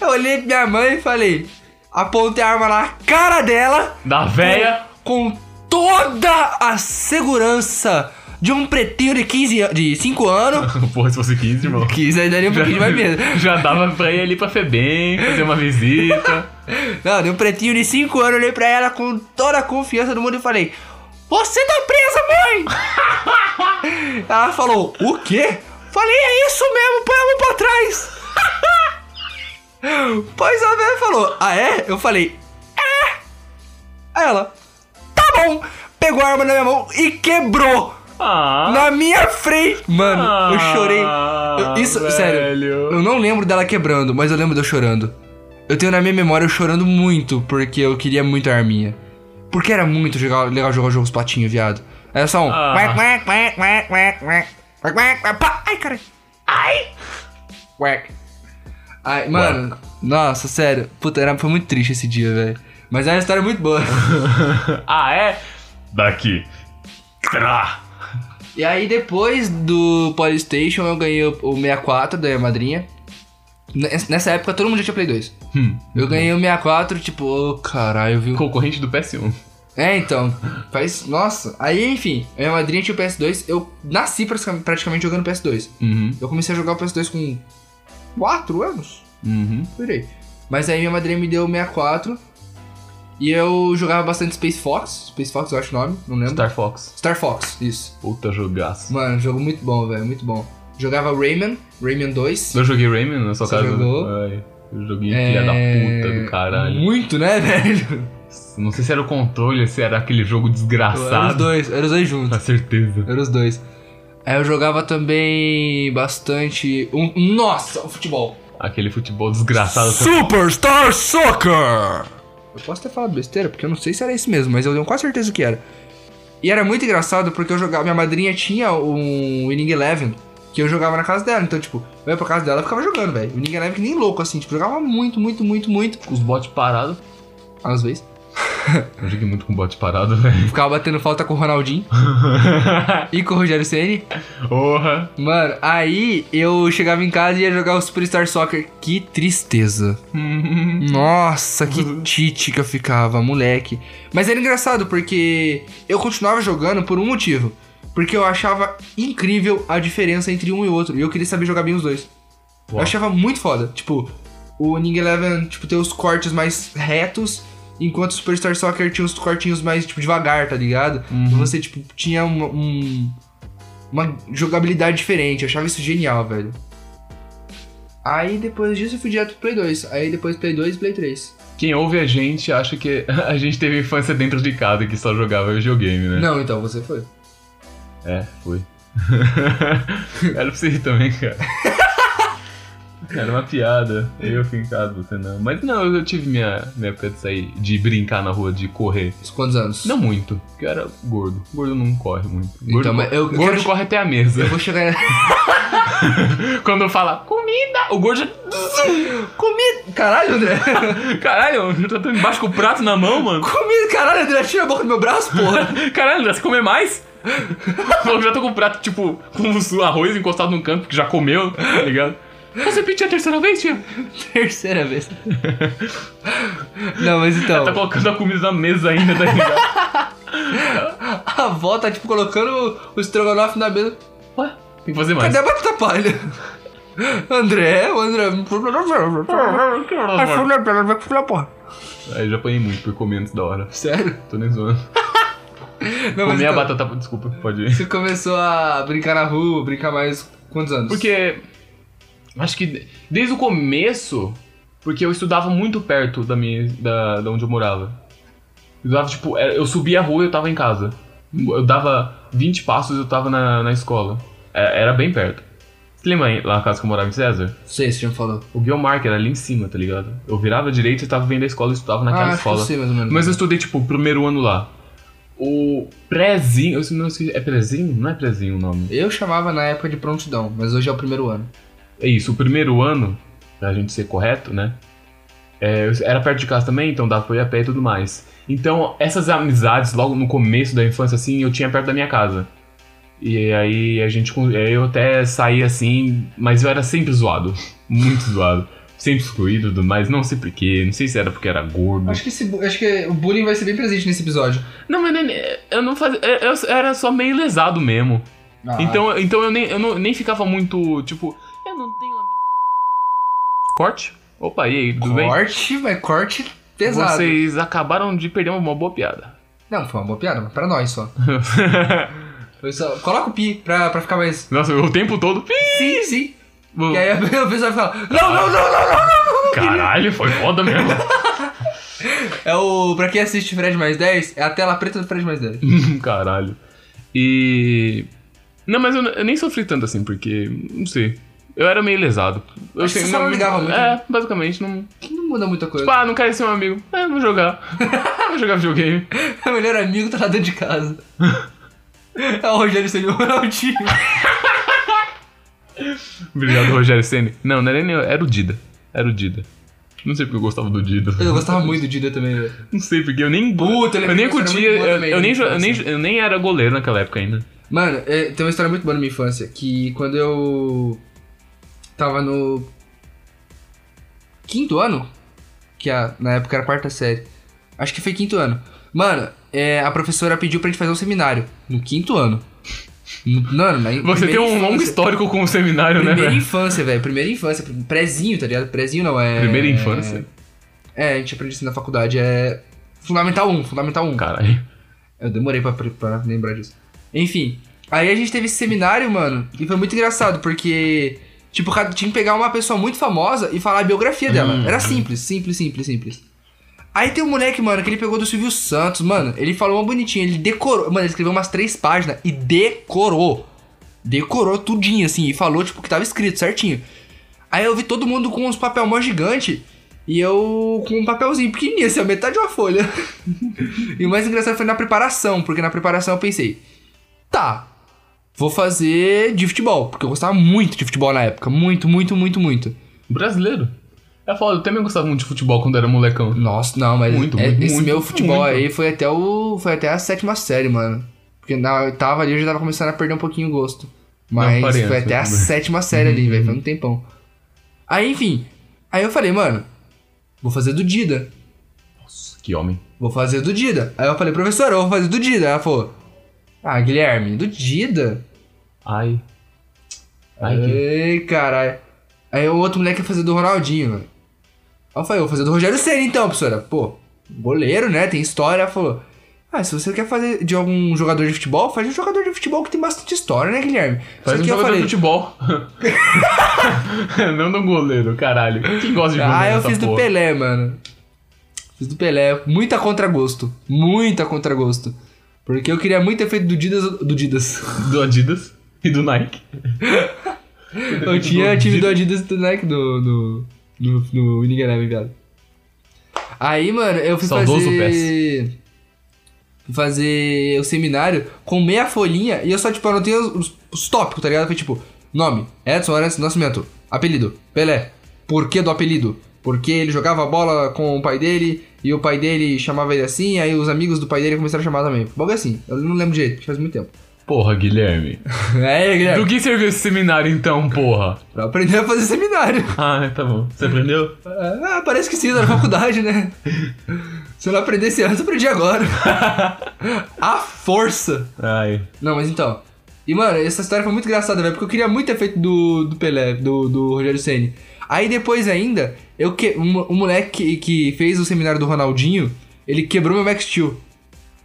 Speaker 2: Eu olhei pra minha mãe e falei. Apontei a arma na cara dela
Speaker 1: Da véia.
Speaker 2: com toda a segurança de um pretinho de 15 an- de 5 anos.
Speaker 1: Porra, se fosse 15, irmão.
Speaker 2: 15 aí daria um pouquinho mais medo.
Speaker 1: Já dava pra ir ali pra Febem, fazer uma visita.
Speaker 2: Não, de um pretinho de 5 anos, eu olhei pra ela com toda a confiança do mundo e falei: Você tá presa, mãe! ela falou: O quê? Falei: É isso mesmo, põe a mão pra trás. pois a velha falou: Ah, é? Eu falei: É! Aí ela: Tá bom! Pegou a arma na minha mão e quebrou!
Speaker 1: Ah.
Speaker 2: Na minha frente! Mano, eu chorei. Eu- isso,
Speaker 1: Ah, velho.
Speaker 2: sério. Eu não lembro dela quebrando, mas eu lembro de eu chorando. Eu tenho na minha memória eu chorando muito, porque eu queria muito a arminha. Porque era muito legal, legal jogar jogos patinho, viado. Era só um.
Speaker 1: Ah.
Speaker 2: "Quack, quack, quack, quack, quack, quack, quack, quack, quack, pá." Ai, cara. Ai! Quack. Ai, mano. Nossa, sério. Puta, era, foi muito triste esse dia, velho. Mas é uma história muito boa.
Speaker 1: Ah, é? Daqui. Crá.
Speaker 2: E aí depois do Polystation eu ganhei o o 64 da minha madrinha. Nes- Nessa época todo mundo já tinha Play 2.
Speaker 1: Hum.
Speaker 2: Eu ganhei o 64, tipo, ô caralho, viu?
Speaker 1: Concorrente do PS1.
Speaker 2: É, então, faz. Nossa. Aí, enfim, a minha madrinha tinha o PS2, eu nasci prasca- praticamente jogando PS2.
Speaker 1: Uhum.
Speaker 2: Eu comecei a jogar o PS2 com 4 anos?
Speaker 1: Uhum.
Speaker 2: Virei. Mas aí minha madrinha me deu o 64 e eu jogava bastante Space Fox. Space Fox, eu acho o nome, não lembro.
Speaker 1: Star Fox.
Speaker 2: Star Fox, isso.
Speaker 1: Puta jogaço.
Speaker 2: Mano, um jogo muito bom, velho, muito bom. Jogava Rayman, Rayman 2.
Speaker 1: Eu joguei Rayman na sua
Speaker 2: Você
Speaker 1: casa.
Speaker 2: jogou?
Speaker 1: Ai, eu joguei
Speaker 2: É,
Speaker 1: filha da puta do caralho.
Speaker 2: Muito, né, velho?
Speaker 1: Não sei se era o controle, se era aquele jogo
Speaker 2: Eram os
Speaker 1: desgraçado.
Speaker 2: dois, eram os dois juntos.
Speaker 1: Com certeza.
Speaker 2: Eram os dois. Aí eu jogava também bastante. Um... Nossa, o futebol.
Speaker 1: Aquele futebol desgraçado.
Speaker 2: Superstar Soccer! Eu posso ter falado besteira, porque eu não sei se era esse mesmo, mas eu tenho quase certeza que era. E era muito engraçado porque eu jogava. Minha madrinha tinha um Winning Eleven que eu jogava na casa dela. Então, tipo, eu ia pra casa dela e ficava jogando, velho. Winning Eleven que nem louco, assim. Tipo, jogava muito, muito, muito, muito.
Speaker 1: Os bots parados.
Speaker 2: Às vezes.
Speaker 1: Eu joguei muito com bot parado, velho.
Speaker 2: Ficava batendo falta com o Ronaldinho e com o Rogério Ceni.
Speaker 1: Porra.
Speaker 2: Mano, aí eu chegava em casa e ia jogar o Superstar Soccer. Que tristeza.
Speaker 1: Uhum.
Speaker 2: Nossa, que tite que eu ficava, moleque. Mas era engraçado porque eu continuava jogando por um motivo. Porque eu achava incrível a diferença entre um e outro. E eu queria saber jogar bem os dois. Eu
Speaker 1: Uau.
Speaker 2: achava muito foda. Tipo, o Ning Eleven, tipo, tem os cortes mais retos, enquanto o Superstar Soccer tinha os cortinhos mais, tipo, devagar, tá ligado? E Você, tipo, tinha um, um- uma jogabilidade diferente. Eu achava isso genial, velho. Aí depois disso eu fui direto pro Play 2. Aí depois Play 2 e Play 3.
Speaker 1: Quem ouve a gente acha que a gente teve infância dentro de casa e que só jogava videogame, né?
Speaker 2: Não, então você foi.
Speaker 1: É, foi. Era pra você ir também, cara. Era uma piada. Eu fui em casa, você não. Mas não, eu tive minha, minha época de sair, de brincar na rua, de correr.
Speaker 2: Isso, Quantos anos?
Speaker 1: Não muito, porque eu era gordo. Gordo não corre muito. Gordo,
Speaker 2: Então, mas eu
Speaker 1: gordo
Speaker 2: quero-
Speaker 1: corre até a mesa.
Speaker 2: Eu vou chegar.
Speaker 1: Quando eu falar comida, o gordo já.
Speaker 2: Comida! Caralho, André!
Speaker 1: Caralho, eu já tô embaixo com o prato na mão, mano.
Speaker 2: Comida, caralho, André! Tira a boca do meu braço, porra!
Speaker 1: Caralho, André, você comer mais? Eu já tô com o prato, tipo, com o arroz encostado num canto, porque já comeu, tá ligado? Você pediu a terceira vez, tia?
Speaker 2: Terceira vez. Não, mas então.
Speaker 1: Tá colocando a comida na mesa ainda, tá ligado?
Speaker 2: A avó tá, tipo, colocando o estrogonofe na mesa.
Speaker 1: Ué, tem que fazer mais.
Speaker 2: Cadê a batata palha? André, o André. Porra.
Speaker 1: Aí eu já apanhei muito por comer antes da hora.
Speaker 2: Sério?
Speaker 1: Tô nem zoando.
Speaker 2: Não,
Speaker 1: Comer a
Speaker 2: então,
Speaker 1: batata. Desculpa, pode ir.
Speaker 2: Você começou a brincar na rua, brincar mais quantos anos?
Speaker 1: Porque. Acho que desde o começo. Porque eu estudava muito perto da minha. da, da onde eu morava. Eu dava, tipo, era- eu subia a rua e eu tava em casa. Eu dava 20 passos e eu tava na, na escola. É, Era bem perto. Você lembra aí, lá na casa que eu morava em César?
Speaker 2: Sei, você já me falou.
Speaker 1: O Guilmark era ali em cima, tá ligado? Eu virava à direita e tava vendo a escola e estudava naquela
Speaker 2: ah, acho que
Speaker 1: escola.
Speaker 2: eu sei mais ou menos.
Speaker 1: Mas eu estudei, tipo, o primeiro ano lá. O prézinho. Eu não sei. É prézinho? Não é prézinho o nome.
Speaker 2: Eu chamava na época de prontidão, mas hoje é o primeiro ano.
Speaker 1: É isso, o primeiro ano, pra gente ser correto, né? é, eu- era perto de casa também, então dava pra ir a pé e tudo mais. Então, essas amizades, logo no começo da infância, assim, eu tinha perto da minha casa. E aí a gente. con- aí Eu até saí assim, mas eu era sempre zoado. Muito zoado. Sempre excluído e tudo mais, não sei porquê, não sei se era porque era gordo.
Speaker 2: Acho que, esse, bu- acho que o bullying vai ser bem presente nesse episódio.
Speaker 1: Não, mas nem- eu não fazia. Eu eu era só meio lesado mesmo.
Speaker 2: Ah,
Speaker 1: Então, então eu, nem, eu não- nem ficava muito, tipo, eu não tenho amigo. Corte? Opa, e aí, tudo bem?
Speaker 2: corte, mas corte pesado.
Speaker 1: Vocês acabaram de perder uma boa piada.
Speaker 2: Não, foi uma boa piada, mas pra nós só. Foi só- Coloca o pi pra, pra ficar mais.
Speaker 1: Nossa, o tempo todo. pi,
Speaker 2: Sim, sim.
Speaker 1: bom.
Speaker 2: E aí a pessoa vai falar: Não, não, não, não, não, não, não.
Speaker 1: Caralho, foi foda mesmo.
Speaker 2: É o. Pra quem assiste Fred mais 10, é a tela preta do Fred mais 10.
Speaker 1: Caralho. E. Não, mas eu, n- eu nem sofri tanto assim, porque. Não sei. Eu era meio lesado. Eu
Speaker 2: Acho que
Speaker 1: sei-
Speaker 2: você só não ligava muito, né?
Speaker 1: É, basicamente, não.
Speaker 2: Não muda muita coisa.
Speaker 1: Tipo, ah, não quero ser um amigo. É, vou jogar. vou jogar videogame.
Speaker 2: Meu melhor amigo tá lá dentro de casa. É o Rogério Senhor Ronaldinho.
Speaker 1: Obrigado, Rogério Senni. Não, não era nem eu, era o Dida. Era o Dida. Não sei porque eu gostava do Dida.
Speaker 2: Eu gostava muito do Dida também, velho.
Speaker 1: Não sei porque eu nem.
Speaker 2: Puta, ele é
Speaker 1: eu nem
Speaker 2: era muito
Speaker 1: curtia.
Speaker 2: bom
Speaker 1: Eu,
Speaker 2: também,
Speaker 1: eu nem, jo-
Speaker 2: né?
Speaker 1: eu, nem, eu nem era goleiro naquela época ainda.
Speaker 2: Mano, é, tem uma história muito boa na minha infância, que quando eu tava no quinto ano, que a- na época era quarta série, acho que foi quinto ano. Mano, é, a professora pediu pra gente fazer um seminário no quinto ano. Mano, na
Speaker 1: Você tem
Speaker 2: primeira
Speaker 1: um longo
Speaker 2: infância-
Speaker 1: histórico com o seminário, né,
Speaker 2: Primeira
Speaker 1: velho?
Speaker 2: infância, velho. Primeira infância. Prézinho, tá ligado? Prézinho não, é...
Speaker 1: Primeira infância?
Speaker 2: É, a gente aprende isso na faculdade. É Fundamental 1, Fundamental 1.
Speaker 1: Caralho.
Speaker 2: Eu demorei pra, pra lembrar disso. Enfim, aí a gente teve esse seminário, mano, e foi muito engraçado, porque, tipo, cada- tinha que pegar uma pessoa muito famosa e falar a biografia dela.
Speaker 1: Hum.
Speaker 2: Era simples, simples, simples, simples. Aí tem um moleque, mano, que ele pegou do Silvio Santos, mano, ele falou uma bonitinha, ele decorou, mano, ele escreveu umas três páginas e decorou. Decorou tudinho, assim, e falou, tipo, o que tava escrito certinho. Aí eu vi todo mundo com uns papel mó gigante e eu com um papelzinho pequenininho, assim, a metade de uma folha. e o mais engraçado foi na preparação, porque na preparação eu pensei, tá, vou fazer de futebol, porque eu gostava muito de futebol na época, muito, muito, muito, muito.
Speaker 1: Brasileiro. É foda, eu também gostava muito de futebol quando era molecão.
Speaker 2: Nossa, não, mas
Speaker 1: Muito,
Speaker 2: é-
Speaker 1: muito,
Speaker 2: esse
Speaker 1: muito,
Speaker 2: meu futebol
Speaker 1: muito.
Speaker 2: aí foi até o foi até a sétima série, mano. Porque na oitava ali eu já tava começando a perder um pouquinho o gosto. Mas
Speaker 1: Não aparenta,
Speaker 2: foi até a
Speaker 1: né?
Speaker 2: sétima série ali, velho,
Speaker 1: uhum.
Speaker 2: foi um tempão. Aí, enfim, aí eu falei, mano, vou fazer do Dida.
Speaker 1: Nossa, que homem.
Speaker 2: Vou fazer do Dida. Aí eu falei, professora, eu vou fazer do Dida. Ela falou, ah, Guilherme, do Dida?
Speaker 1: Ai. Ai, que.
Speaker 2: Ei, caralho. Aí o outro moleque ia fazer do Ronaldinho, velho. Aí eu falei, eu vou fazer do Rogério Senna então, professora. Pô, goleiro, né? Tem história. Ela falou, ah, se você quer fazer de algum jogador de futebol, faz de um jogador de futebol que tem bastante história, né, Guilherme?
Speaker 1: Faz um
Speaker 2: Só que eu
Speaker 1: jogador
Speaker 2: falei,
Speaker 1: de futebol. Não de um goleiro, caralho. Quem gosta de goleiro?
Speaker 2: ah, eu
Speaker 1: nessa
Speaker 2: fiz do
Speaker 1: né, porra?
Speaker 2: Pelé, mano. Fiz do Pelé. Muita contragosto. Muita contragosto. Porque eu queria muito ter feito do Didas... Do Didas.
Speaker 1: Do Adidas e do Nike.
Speaker 2: Eu tinha time do Adidas e do Nike no, no, no, no Winning Eleven, viado. Aí, mano, eu fui
Speaker 1: Saudoso
Speaker 2: fazer... fui Fazer o seminário com meia folhinha e eu só, tipo, anotei os, os, os tópicos, tá ligado? Foi tipo, nome, Edson Arantes do Nascimento, apelido, Pelé, porquê do apelido? Porque ele jogava bola com o pai dele e o pai dele chamava ele assim, aí os amigos do pai dele começaram a chamar também. Bom, assim, eu não lembro direito, faz muito tempo.
Speaker 1: Porra, Guilherme.
Speaker 2: É, Guilherme,
Speaker 1: Do que serviu esse seminário então, porra?
Speaker 2: pra aprender a fazer seminário.
Speaker 1: Ah, tá bom. Você aprendeu?
Speaker 2: Ah, parece que sim, na faculdade, né? Se eu não aprendesse antes, eu aprendi agora. A força!
Speaker 1: Ai.
Speaker 2: Não, mas então. E, mano, essa história foi muito engraçada, velho, porque eu queria muito ter feito do, do Pelé, do, do Rogério Senni. Aí depois ainda, eu que... um, um moleque que, que fez o seminário do Ronaldinho, ele quebrou meu Max Steel.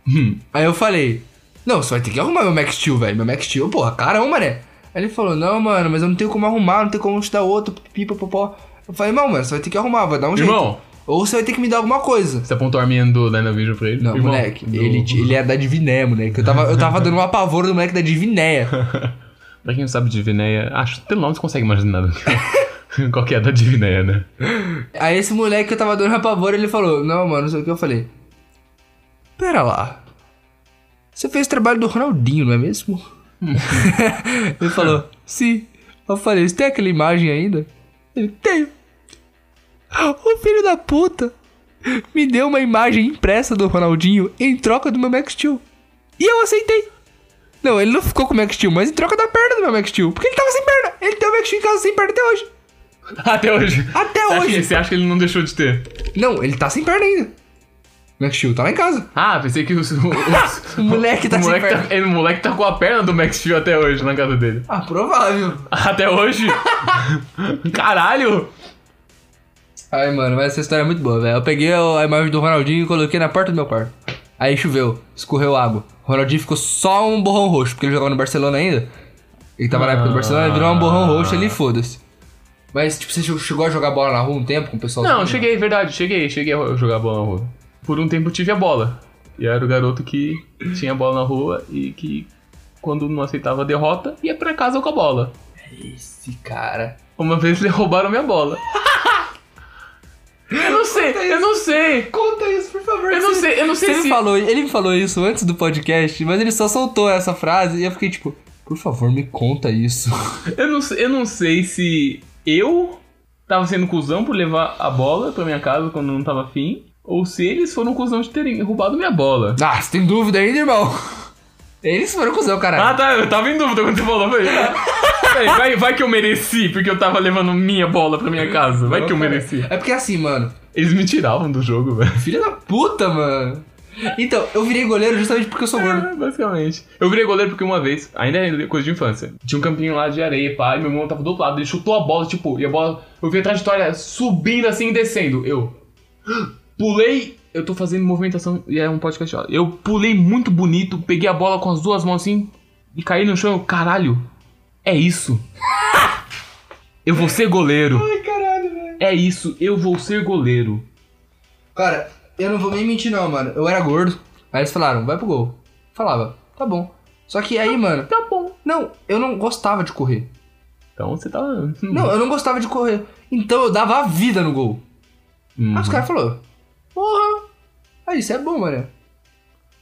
Speaker 1: Hum.
Speaker 2: Aí eu falei, não, você vai ter que arrumar meu Max Steel, velho. Meu Max Steel, porra, caramba, né? Aí ele falou, não, mano, mas eu não tenho como arrumar, não tenho como te dar outro, pipa, popó. Eu falei, não, mano, você vai ter que arrumar, vai dar um jeito.
Speaker 1: Irmão.
Speaker 2: Ou você vai ter que me dar alguma coisa.
Speaker 1: Você apontou a minha do Dynavision pra ele?
Speaker 2: Não,
Speaker 1: Irmão,
Speaker 2: moleque,
Speaker 1: do-
Speaker 2: ele, ele é da Divinéia, moleque. Eu tava, eu tava dando um apavoro do moleque da Divinéia.
Speaker 1: Pra quem não sabe, Divinéia. Acho que pelo nome você consegue imaginar do que- qual que é da Divinéia, né?
Speaker 2: Aí esse moleque que eu tava dando apavoro, ele falou, não, mano, não sei o que. Eu falei, pera lá. Você fez o trabalho do Ronaldinho, não é mesmo? ele falou, sim. Eu falei, você tem aquela imagem ainda? Ele, tenho. O filho da puta me deu uma imagem impressa do Ronaldinho em troca do meu Max Steel. E eu aceitei. Não, ele não ficou com o Max Steel, mas em troca da perna do meu Max Steel. Porque ele tava sem perna. Ele tem o Max Steel em casa sem perna até hoje.
Speaker 1: Até hoje.
Speaker 2: Até
Speaker 1: Você acha
Speaker 2: hoje.
Speaker 1: que- Você acha que ele não deixou de ter?
Speaker 2: Não, ele tá sem perna ainda. O Max Steel tá lá em casa.
Speaker 1: Ah, pensei que os, os-
Speaker 2: O moleque tá
Speaker 1: o
Speaker 2: sem
Speaker 1: moleque
Speaker 2: perna.
Speaker 1: tá, ele- o moleque tá com a perna do Max Steel até hoje na casa dele.
Speaker 2: Ah, provável.
Speaker 1: Até hoje? Caralho!
Speaker 2: Ai, mano, mas essa história é muito boa, velho. Eu peguei a imagem do Ronaldinho e coloquei na porta do meu quarto. Aí choveu, escorreu água. O Ronaldinho ficou só um borrão roxo, porque ele jogava no Barcelona ainda. Ele tava
Speaker 1: Ah.
Speaker 2: na época do Barcelona, ele virou um borrão roxo ali, foda-se. Mas, tipo, você chegou a jogar bola na rua um tempo com o pessoal?
Speaker 1: Não, cheguei, verdade, cheguei, cheguei a jogar bola na rua. Por um tempo tive a bola. E eu era o garoto que tinha a bola na rua e que, quando não aceitava a derrota, ia pra casa com a bola.
Speaker 2: Esse cara.
Speaker 1: Uma vez eles roubaram minha bola. eu não sei, eu não sei.
Speaker 2: Conta isso, por favor.
Speaker 1: Eu não
Speaker 2: você-
Speaker 1: sei, eu não sei
Speaker 2: Você me
Speaker 1: se.
Speaker 2: falou, ele me falou isso antes do podcast, mas ele só soltou essa frase e eu fiquei tipo, por favor, me conta isso.
Speaker 1: Eu não, sei- eu não sei se eu tava sendo cuzão por levar a bola pra minha casa quando não tava afim, ou se eles foram cuzão de terem roubado minha bola.
Speaker 2: Ah, você tem dúvida ainda, irmão? Eles foram cuzão, caralho.
Speaker 1: Ah, tá, eu tava em dúvida quando você falou. Falei, peraí, vai, vai que eu mereci, porque eu tava levando minha bola pra minha casa. Vai tá, que eu mereci.
Speaker 2: É porque assim, mano,
Speaker 1: Eles me tiravam do jogo, velho.
Speaker 2: filha da puta, mano. Então, eu virei goleiro justamente porque eu sou gordo.
Speaker 1: É, basicamente. Eu virei goleiro porque uma vez, ainda é coisa de infância, tinha um campinho lá de areia, pá, e meu irmão tava do outro lado, ele chutou a bola, tipo, e a bola, eu vi a trajetória subindo assim e descendo. Eu "Ah, pulei, eu tô fazendo movimentação, e é um podcast, ó. Eu pulei muito bonito, peguei a bola com as duas mãos assim, e caí no chão, eu, caralho, é isso. Eu vou ser goleiro.
Speaker 2: Ai, caralho, velho.
Speaker 1: É isso, eu vou ser goleiro.
Speaker 2: Cara, eu não vou nem mentir não, mano. Eu era gordo. Aí eles falaram, vai pro gol. Falava, tá bom. Só que aí, mano,
Speaker 1: Tá bom.
Speaker 2: não, eu não gostava de correr.
Speaker 1: Então você tá.
Speaker 2: Não, eu não gostava de correr. Então eu dava a vida no gol.
Speaker 1: Hum.
Speaker 2: Aí os caras falaram, porra, aí isso é bom, mano.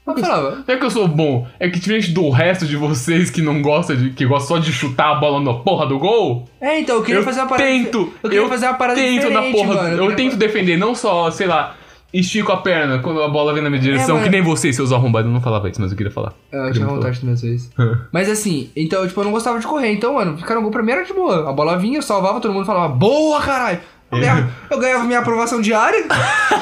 Speaker 2: Aí eu falava,
Speaker 1: Não é que eu sou bom, é que diferente do resto de vocês que não gosta de. que gosta só de chutar a bola na porra do gol,
Speaker 2: é, então, eu queria
Speaker 1: eu
Speaker 2: fazer uma parada.
Speaker 1: tento,
Speaker 2: dife- Eu queria
Speaker 1: eu
Speaker 2: fazer uma parada
Speaker 1: tento na
Speaker 2: diferente,
Speaker 1: porra.
Speaker 2: mano.
Speaker 1: eu
Speaker 2: queria-
Speaker 1: tento defender, não só, sei lá, estico a perna quando a bola vem na minha direção,
Speaker 2: É, mano.
Speaker 1: que nem vocês, seus arrombados. Eu não falava isso, mas eu queria falar.
Speaker 2: É, eu tinha vontade também às vezes. Mas assim, então, tipo, eu não gostava de correr. Então, mano, ficar no gol pra mim era de boa. A bola vinha, eu salvava, todo mundo falava, boa, caralho. Eu ganhava, eu ganhava minha aprovação diária. Tava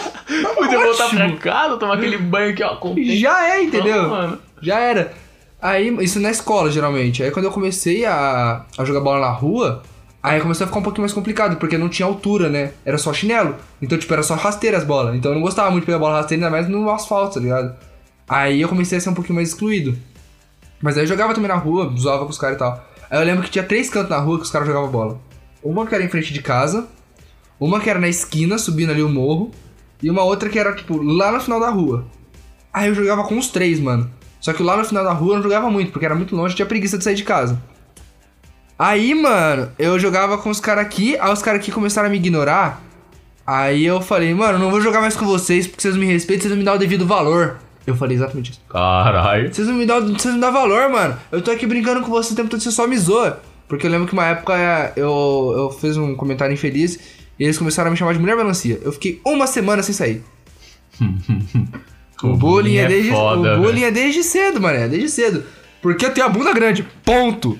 Speaker 1: Podia voltar pra
Speaker 2: ótimo.
Speaker 1: casa, tomar aquele banho aqui, ó. contente.
Speaker 2: Já é, entendeu?
Speaker 1: Não, mano.
Speaker 2: Já era. Aí, isso na escola, geralmente. Aí quando eu comecei a, a jogar bola na rua, aí começou a ficar um pouquinho mais complicado, porque não tinha altura, né? Era só chinelo. Então, tipo, era só rasteira as bolas. Então eu não gostava muito de pegar bola rasteira, ainda mais no asfalto, tá ligado? Aí eu comecei a ser um pouquinho mais excluído. Mas aí eu jogava também na rua, zoava com os caras e tal. Aí eu lembro que tinha três cantos na rua que os caras jogavam bola. Uma que era em frente de casa, uma que era na esquina, subindo ali o morro, e uma outra que era, tipo, lá no final da rua. Aí eu jogava com os três, mano. Só que lá no final da rua eu não jogava muito, porque era muito longe, eu tinha preguiça de sair de casa. Aí, mano, eu jogava com os caras aqui, aí os caras aqui começaram a me ignorar. Aí eu falei, mano, não vou jogar mais com vocês, porque vocês não me respeitam, vocês não me dão o devido valor. Eu falei exatamente isso.
Speaker 1: Caralho.
Speaker 2: Vocês não me dão, vocês não me dão valor, mano. Eu tô aqui brincando com você o tempo todo, você só me zoa. Porque eu lembro que uma época é, eu, eu fiz um comentário infeliz e eles começaram a me chamar de mulher melancia. Eu fiquei uma semana sem sair. O bullying é desde,
Speaker 1: foda,
Speaker 2: o bullying
Speaker 1: velho.
Speaker 2: é desde cedo, mané, desde cedo. Porque eu tenho a bunda grande, ponto.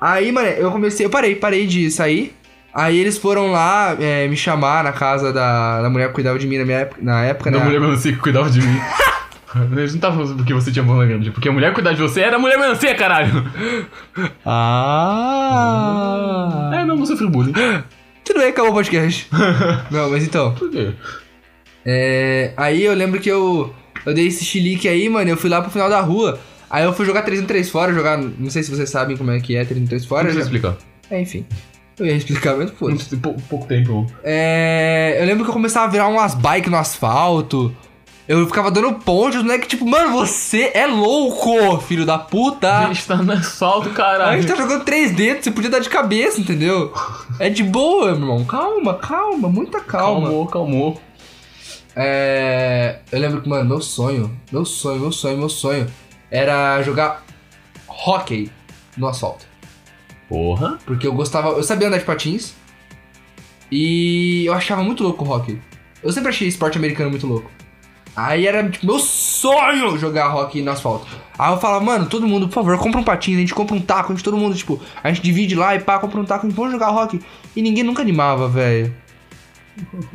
Speaker 2: Aí, mané, eu comecei, eu parei, parei de sair. Aí eles foram lá é, me chamar na casa da, da mulher que cuidava de mim na, minha época, na época, né?
Speaker 1: Da mulher melancia que cuidava de mim. Eles não estavam falando porque você tinha bola grande, porque a mulher que cuidava de você era a mulher melancia, caralho. Ah.
Speaker 2: Ah!
Speaker 1: É, não, não sofri bullying.
Speaker 2: Continuei, Ah. acabou o podcast. Não, mas então.
Speaker 1: Por quê?
Speaker 2: É, aí eu lembro que eu, eu dei esse chilique aí, mano, eu fui lá pro final da rua. Aí eu fui jogar 3 no 3 fora, jogar. Não sei se vocês sabem como é que é 3 no 3
Speaker 1: Para
Speaker 2: fora.
Speaker 1: de
Speaker 2: né?
Speaker 1: explicar.
Speaker 2: É, enfim. Eu ia explicar, mas pô.
Speaker 1: Muito- tem pou- pouco tempo.
Speaker 2: É, eu lembro que eu começava a virar umas bikes no asfalto. Eu ficava dando ponte, os moleques, tipo, mano, você é louco, filho da
Speaker 1: A
Speaker 2: puta.
Speaker 1: gente tá no asfalto,
Speaker 2: A
Speaker 1: caralho.
Speaker 2: gente Ah. tá jogando três dedos, você podia dar de cabeça, entendeu? É de boa, irmão. Calma, calma, muita calma.
Speaker 1: Calmou, calmou.
Speaker 2: É, eu lembro que, mano, meu sonho, meu sonho, meu sonho, meu sonho era jogar hockey no asfalto.
Speaker 1: Porra.
Speaker 2: Porque eu gostava, eu sabia andar de patins e eu achava muito louco o hockey. Eu sempre achei esporte americano muito louco. Aí era tipo, meu sonho jogar hockey no asfalto. Aí eu falava, mano, todo mundo, por favor, compra um patins, a gente compra um taco, a gente todo mundo, tipo, a gente divide lá e pá, compra um taco, a gente vamos jogar hockey. E ninguém nunca animava, velho.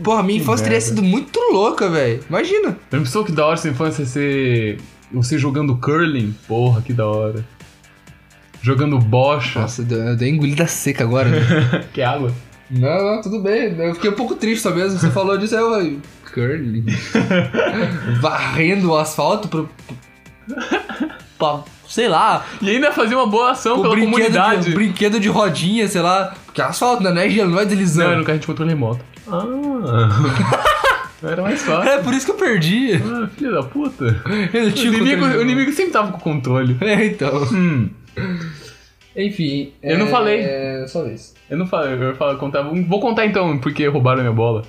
Speaker 2: Porra, minha
Speaker 1: Que
Speaker 2: infância teria
Speaker 1: merda.
Speaker 2: sido muito louca, velho. Imagina.
Speaker 1: Já pensou que da hora sua infância ser. Você jogando curling? Porra, que da hora. Jogando bocha.
Speaker 2: Nossa, eu dei- eu dei engolida seca agora, né? velho.
Speaker 1: que água.
Speaker 2: Não, não, tudo bem. Eu fiquei um pouco triste só mesmo. Você falou disso, aí eu falei, curling. Varrendo o asfalto pro. pra, sei lá.
Speaker 1: E ainda fazia uma boa ação pela comunidade.
Speaker 2: De, brinquedo de rodinha, sei lá. Porque é asfalto, né? Não é gelo, não
Speaker 1: Não,
Speaker 2: é
Speaker 1: era
Speaker 2: deslizando.
Speaker 1: um carrinho de controle remoto. Ah. era mais fácil.
Speaker 2: É por isso que eu perdi.
Speaker 1: Ah, filha da puta.
Speaker 2: Eu
Speaker 1: O
Speaker 2: tinha o
Speaker 1: inimigo,
Speaker 2: controle
Speaker 1: o
Speaker 2: de mão.
Speaker 1: inimigo sempre tava com o controle.
Speaker 2: É, então.
Speaker 1: Hum.
Speaker 2: Enfim.
Speaker 1: Eu não
Speaker 2: é-
Speaker 1: falei.
Speaker 2: É, só isso.
Speaker 1: Eu não falei, eu falo, contava. um- Vou contar então, porque roubaram minha bola.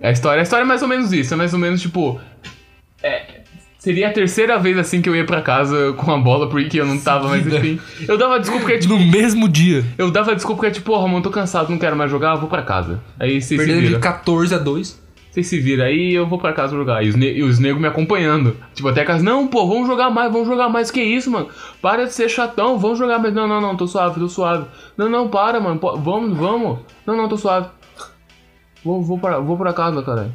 Speaker 1: A história, a história é mais ou menos isso, é mais ou menos tipo. é, seria a terceira vez assim que eu ia pra casa com a bola, porque eu não tava, mas enfim. Eu dava desculpa porque, tipo,
Speaker 2: No mesmo dia.
Speaker 1: eu dava desculpa porque, tipo, porra, mano, tô cansado, não quero mais jogar, vou pra casa. Aí vocês se
Speaker 2: Perdendo de
Speaker 1: viram.
Speaker 2: 14 a 2.
Speaker 1: Vocês se viram aí eu vou pra casa jogar. E os, ne- e os negros me acompanhando. Tipo, até a casa, não, pô, vamos jogar mais, vamos jogar mais. Que isso, mano? Para de ser chatão, vamos jogar mais. Não, não, não, tô suave, tô suave. Não, não, para, mano. pô, vamos, vamos. Não, não, tô suave. Vou, vou, pra, vou pra casa, caralho.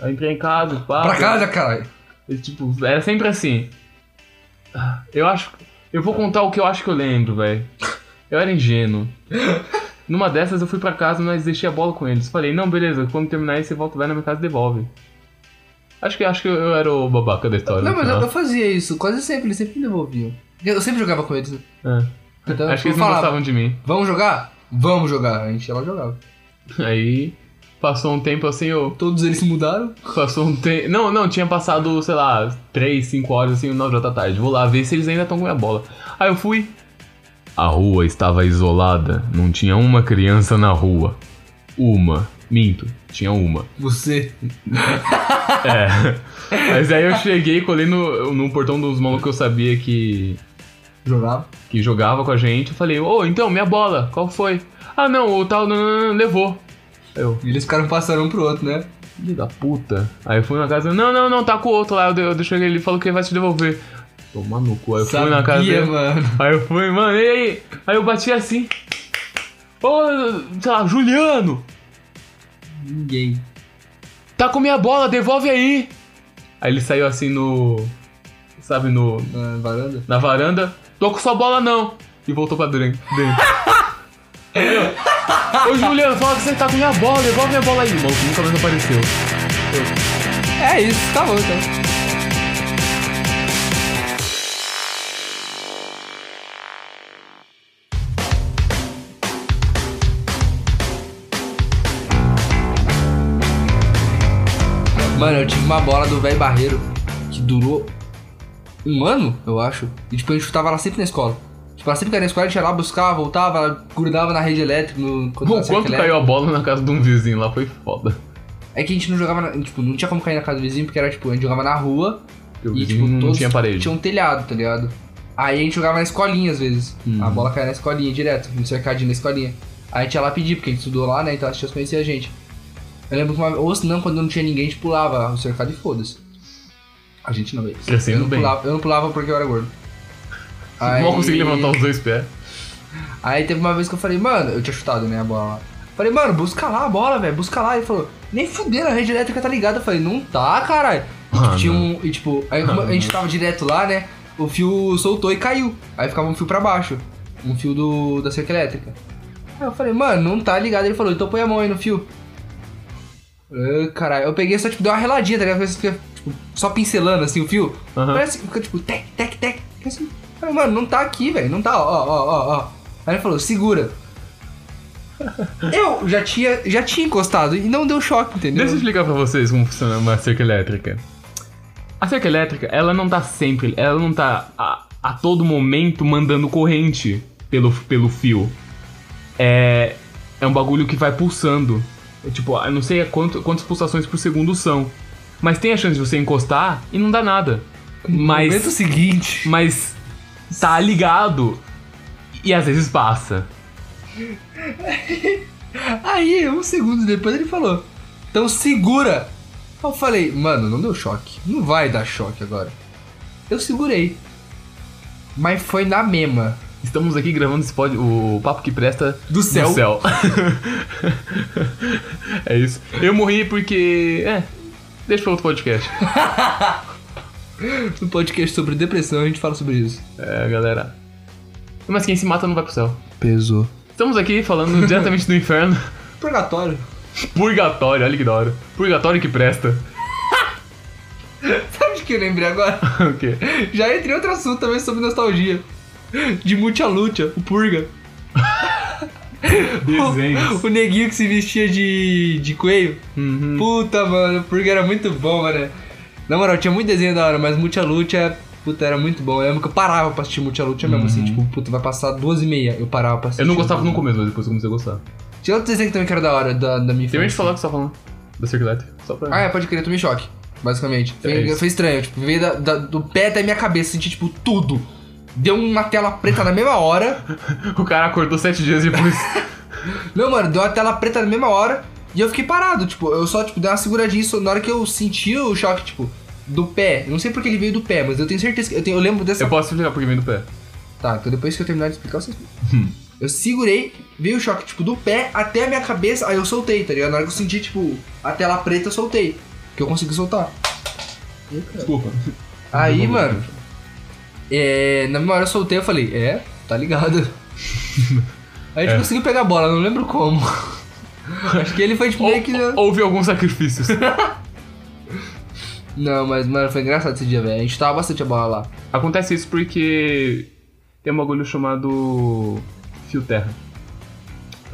Speaker 1: Aí entrei em casa, pá.
Speaker 2: Pra casa, caralho.
Speaker 1: E, tipo, era sempre assim. Ah, Eu acho. Eu vou contar o que eu acho que eu lembro, velho. Eu era ingênuo. Numa dessas eu fui pra casa, mas deixei a bola com eles. Falei, não, beleza, quando terminar isso, você volta lá na minha casa e devolve. Acho que, acho que eu era o babaca da história.
Speaker 2: Não,
Speaker 1: no
Speaker 2: mas eu,
Speaker 1: final.
Speaker 2: eu fazia isso, quase sempre, eles sempre me devolviam. Eu sempre jogava com eles. né?
Speaker 1: É.
Speaker 2: Então,
Speaker 1: Acho que
Speaker 2: eu
Speaker 1: eles não
Speaker 2: falava,
Speaker 1: gostavam de mim.
Speaker 2: Vamos jogar? Vamos jogar. A gente ia lá e jogava.
Speaker 1: Aí passou um tempo assim, eu.
Speaker 2: Todos eles se mudaram.
Speaker 1: Passou um tempo. Não, não, tinha passado, sei lá, 3, 5 horas assim, 9 horas da tarde. Vou lá ver se eles ainda estão com a minha bola. Aí eu fui. A rua estava isolada, não tinha uma criança na rua. Uma. Minto, tinha uma.
Speaker 2: Você.
Speaker 1: É. Mas aí eu cheguei, colei no, no portão dos malucos que eu sabia que,
Speaker 2: Jogava.
Speaker 1: que jogava com a gente. Eu falei, ô, então, minha bola, qual foi? Ah, não, o tal não, não, não, levou. Aí Eu,
Speaker 2: E eles ficaram passando um pro outro, né?
Speaker 1: Filho da puta. Aí eu fui na casa, não, não, não, tá com o outro lá, eu, de- eu deixei ele, ele falou que ele vai te devolver. Toma no cu. Aí eu fui na casa dele.
Speaker 2: mano.
Speaker 1: Aí eu fui, mano, e aí? Aí eu bati assim. Ô, sei lá, Juliano,
Speaker 2: Ninguém.
Speaker 1: tá com minha bola, devolve aí. Aí ele saiu assim no. Sabe, no.
Speaker 2: Na varanda.
Speaker 1: Na varanda, tô com sua bola não. E voltou pra dren- dentro. Aí eu, Ô Juliano, fala que você tá com minha bola, devolve minha bola aí, mano. Nunca mais apareceu.
Speaker 2: É isso, tá bom então. Mano, eu tive uma bola do velho barreiro que durou um ano, eu acho. E tipo, a gente chutava ela sempre na escola. Tipo, ela sempre caía na escola, a gente ia lá, buscava, voltava, ela grudava na rede elétrica.
Speaker 1: Bom,
Speaker 2: No, na cerca
Speaker 1: quanto
Speaker 2: elétrica.
Speaker 1: caiu a bola na casa de um vizinho lá, foi foda.
Speaker 2: É que a gente não jogava, na- tipo, não tinha como cair na casa do vizinho, porque era tipo, a gente jogava na rua,
Speaker 1: Porque o
Speaker 2: E,
Speaker 1: vizinho
Speaker 2: tipo,
Speaker 1: não
Speaker 2: todos
Speaker 1: tinha parede.
Speaker 2: tinha um telhado, tá ligado? Aí a gente jogava na escolinha às vezes.
Speaker 1: Uhum.
Speaker 2: A bola caía na escolinha direto, no cercadinho da escolinha. Aí a gente ia lá pedir, porque a gente estudou lá, né? Então as tias conheciam a gente. Eu lembro que uma ou se não, quando não tinha ninguém, a gente pulava o cercado e foda-se. A gente não, velho.
Speaker 1: Crescendo
Speaker 2: eu não
Speaker 1: bem.
Speaker 2: Pulava, eu não pulava porque eu era gordo.
Speaker 1: Mal consegui levantar os dois pés.
Speaker 2: Aí teve uma vez que eu falei, mano, eu tinha chutado, né, a bola lá. Falei, mano, busca lá a bola, velho, busca lá. Ele falou, nem fudendo, a rede elétrica tá ligada. Eu falei, não tá, caralho. E, tipo,
Speaker 1: Ah,
Speaker 2: tinha
Speaker 1: não.
Speaker 2: um. E tipo, aí como a gente tava direto lá, né? O fio soltou e caiu. Aí ficava um fio pra baixo. Um fio do, da cerca elétrica. Aí Aí eu falei, mano, não tá ligado. Ele falou, então põe a mão aí no fio. Ah, caralho, eu peguei só, tipo, deu uma reladinha, tá ligado? Parece que fica, tipo, só pincelando, assim, o fio.
Speaker 1: Aham.
Speaker 2: Parece que fica, tipo, tec, tec, tec. Parece- Falei, mano, não tá aqui, velho. Não tá, ó, ó, ó, ó. Aí ele falou, segura. Eu já tinha, já tinha encostado e não deu choque, entendeu?
Speaker 1: Deixa eu explicar pra vocês como funciona uma cerca elétrica. A cerca elétrica, ela não tá sempre, ela não tá a, a todo momento mandando corrente pelo, pelo fio. É, é um bagulho que vai pulsando. É tipo, eu não sei a quanto, quantas pulsações por segundo são. Mas tem a chance de você encostar e não dá nada.
Speaker 2: No momento
Speaker 1: Mas,
Speaker 2: seguinte,
Speaker 1: mas tá ligado e às vezes passa.
Speaker 2: aí, uns segundos depois ele falou, então segura. Eu falei, mano, não deu choque. Não vai dar choque agora. Eu segurei. Mas foi na mesma.
Speaker 1: Estamos aqui gravando esse pod, o papo que presta
Speaker 2: Do céu.
Speaker 1: Do céu. é isso. Eu morri porque. É. Deixa pra outro podcast.
Speaker 2: No podcast sobre depressão, a gente fala sobre isso.
Speaker 1: É, galera. Mas quem se mata não vai pro céu.
Speaker 2: Pesou.
Speaker 1: Estamos aqui falando diretamente do inferno.
Speaker 2: Purgatório.
Speaker 1: Purgatório, olha que da hora. Purgatório que presta.
Speaker 2: Sabe de que eu lembrei agora?
Speaker 1: o quê?
Speaker 2: Já entrei em outro assunto também sobre nostalgia. De Mucha Lucha, o Purga.
Speaker 1: Desenhos.
Speaker 2: O neguinho que se vestia de, de coelho.
Speaker 1: Uhum.
Speaker 2: Puta, mano, o Purga era muito bom, mano. Na moral, tinha muito desenho da hora, mas Mucha Lucha, puta, era muito bom. Eu lembro que eu parava pra assistir Mucha Lucha mesmo, assim, tipo, puta, vai passar duas e meia. Eu parava pra assistir.
Speaker 1: Uhum. Eu não gostava no começo, mas depois eu comecei a gostar.
Speaker 2: Tinha outro desenho que também que era da hora, da, da minha
Speaker 1: Tem gente
Speaker 2: infância.
Speaker 1: falar o que você tá falando. Da Circle Elétrica. Só pra.
Speaker 2: Ah, é, pode crer, eu tomei choque. Basicamente. Foi,
Speaker 1: É isso.
Speaker 2: foi estranho, tipo, veio da- da- do pé da minha cabeça, senti, tipo, tudo. Deu uma tela preta na mesma hora.
Speaker 1: O cara acordou sete dias depois.
Speaker 2: Não, mano, deu uma tela preta na mesma hora. E eu fiquei parado, tipo, eu só, tipo, dei uma seguradinha só na hora que eu senti o choque, tipo, do pé. Eu Não sei porque ele veio do pé, mas eu tenho certeza que. Eu, tenho- eu lembro dessa.
Speaker 1: eu posso explicar porque vem do pé.
Speaker 2: Tá, então depois que eu terminar de explicar, você explica.
Speaker 1: Hum.
Speaker 2: Eu segurei, veio o choque, tipo, do pé até a minha cabeça, aí eu soltei, tá ligado? Na hora que eu senti, tipo, a tela preta, eu soltei. Que eu consegui soltar.
Speaker 1: Desculpa.
Speaker 2: Aí,
Speaker 1: Vamos lá.
Speaker 2: mano, é, na mesma hora eu soltei, eu falei, é, tá ligado. A gente
Speaker 1: É.
Speaker 2: conseguiu pegar a bola, não lembro como. Acho que ele foi tipo meio que.
Speaker 1: Hou- Houve alguns sacrifícios.
Speaker 2: Não, mas mano, foi engraçado esse dia, velho. A gente tava bastante a bola lá.
Speaker 1: Acontece isso porque tem um bagulho chamado fio terra.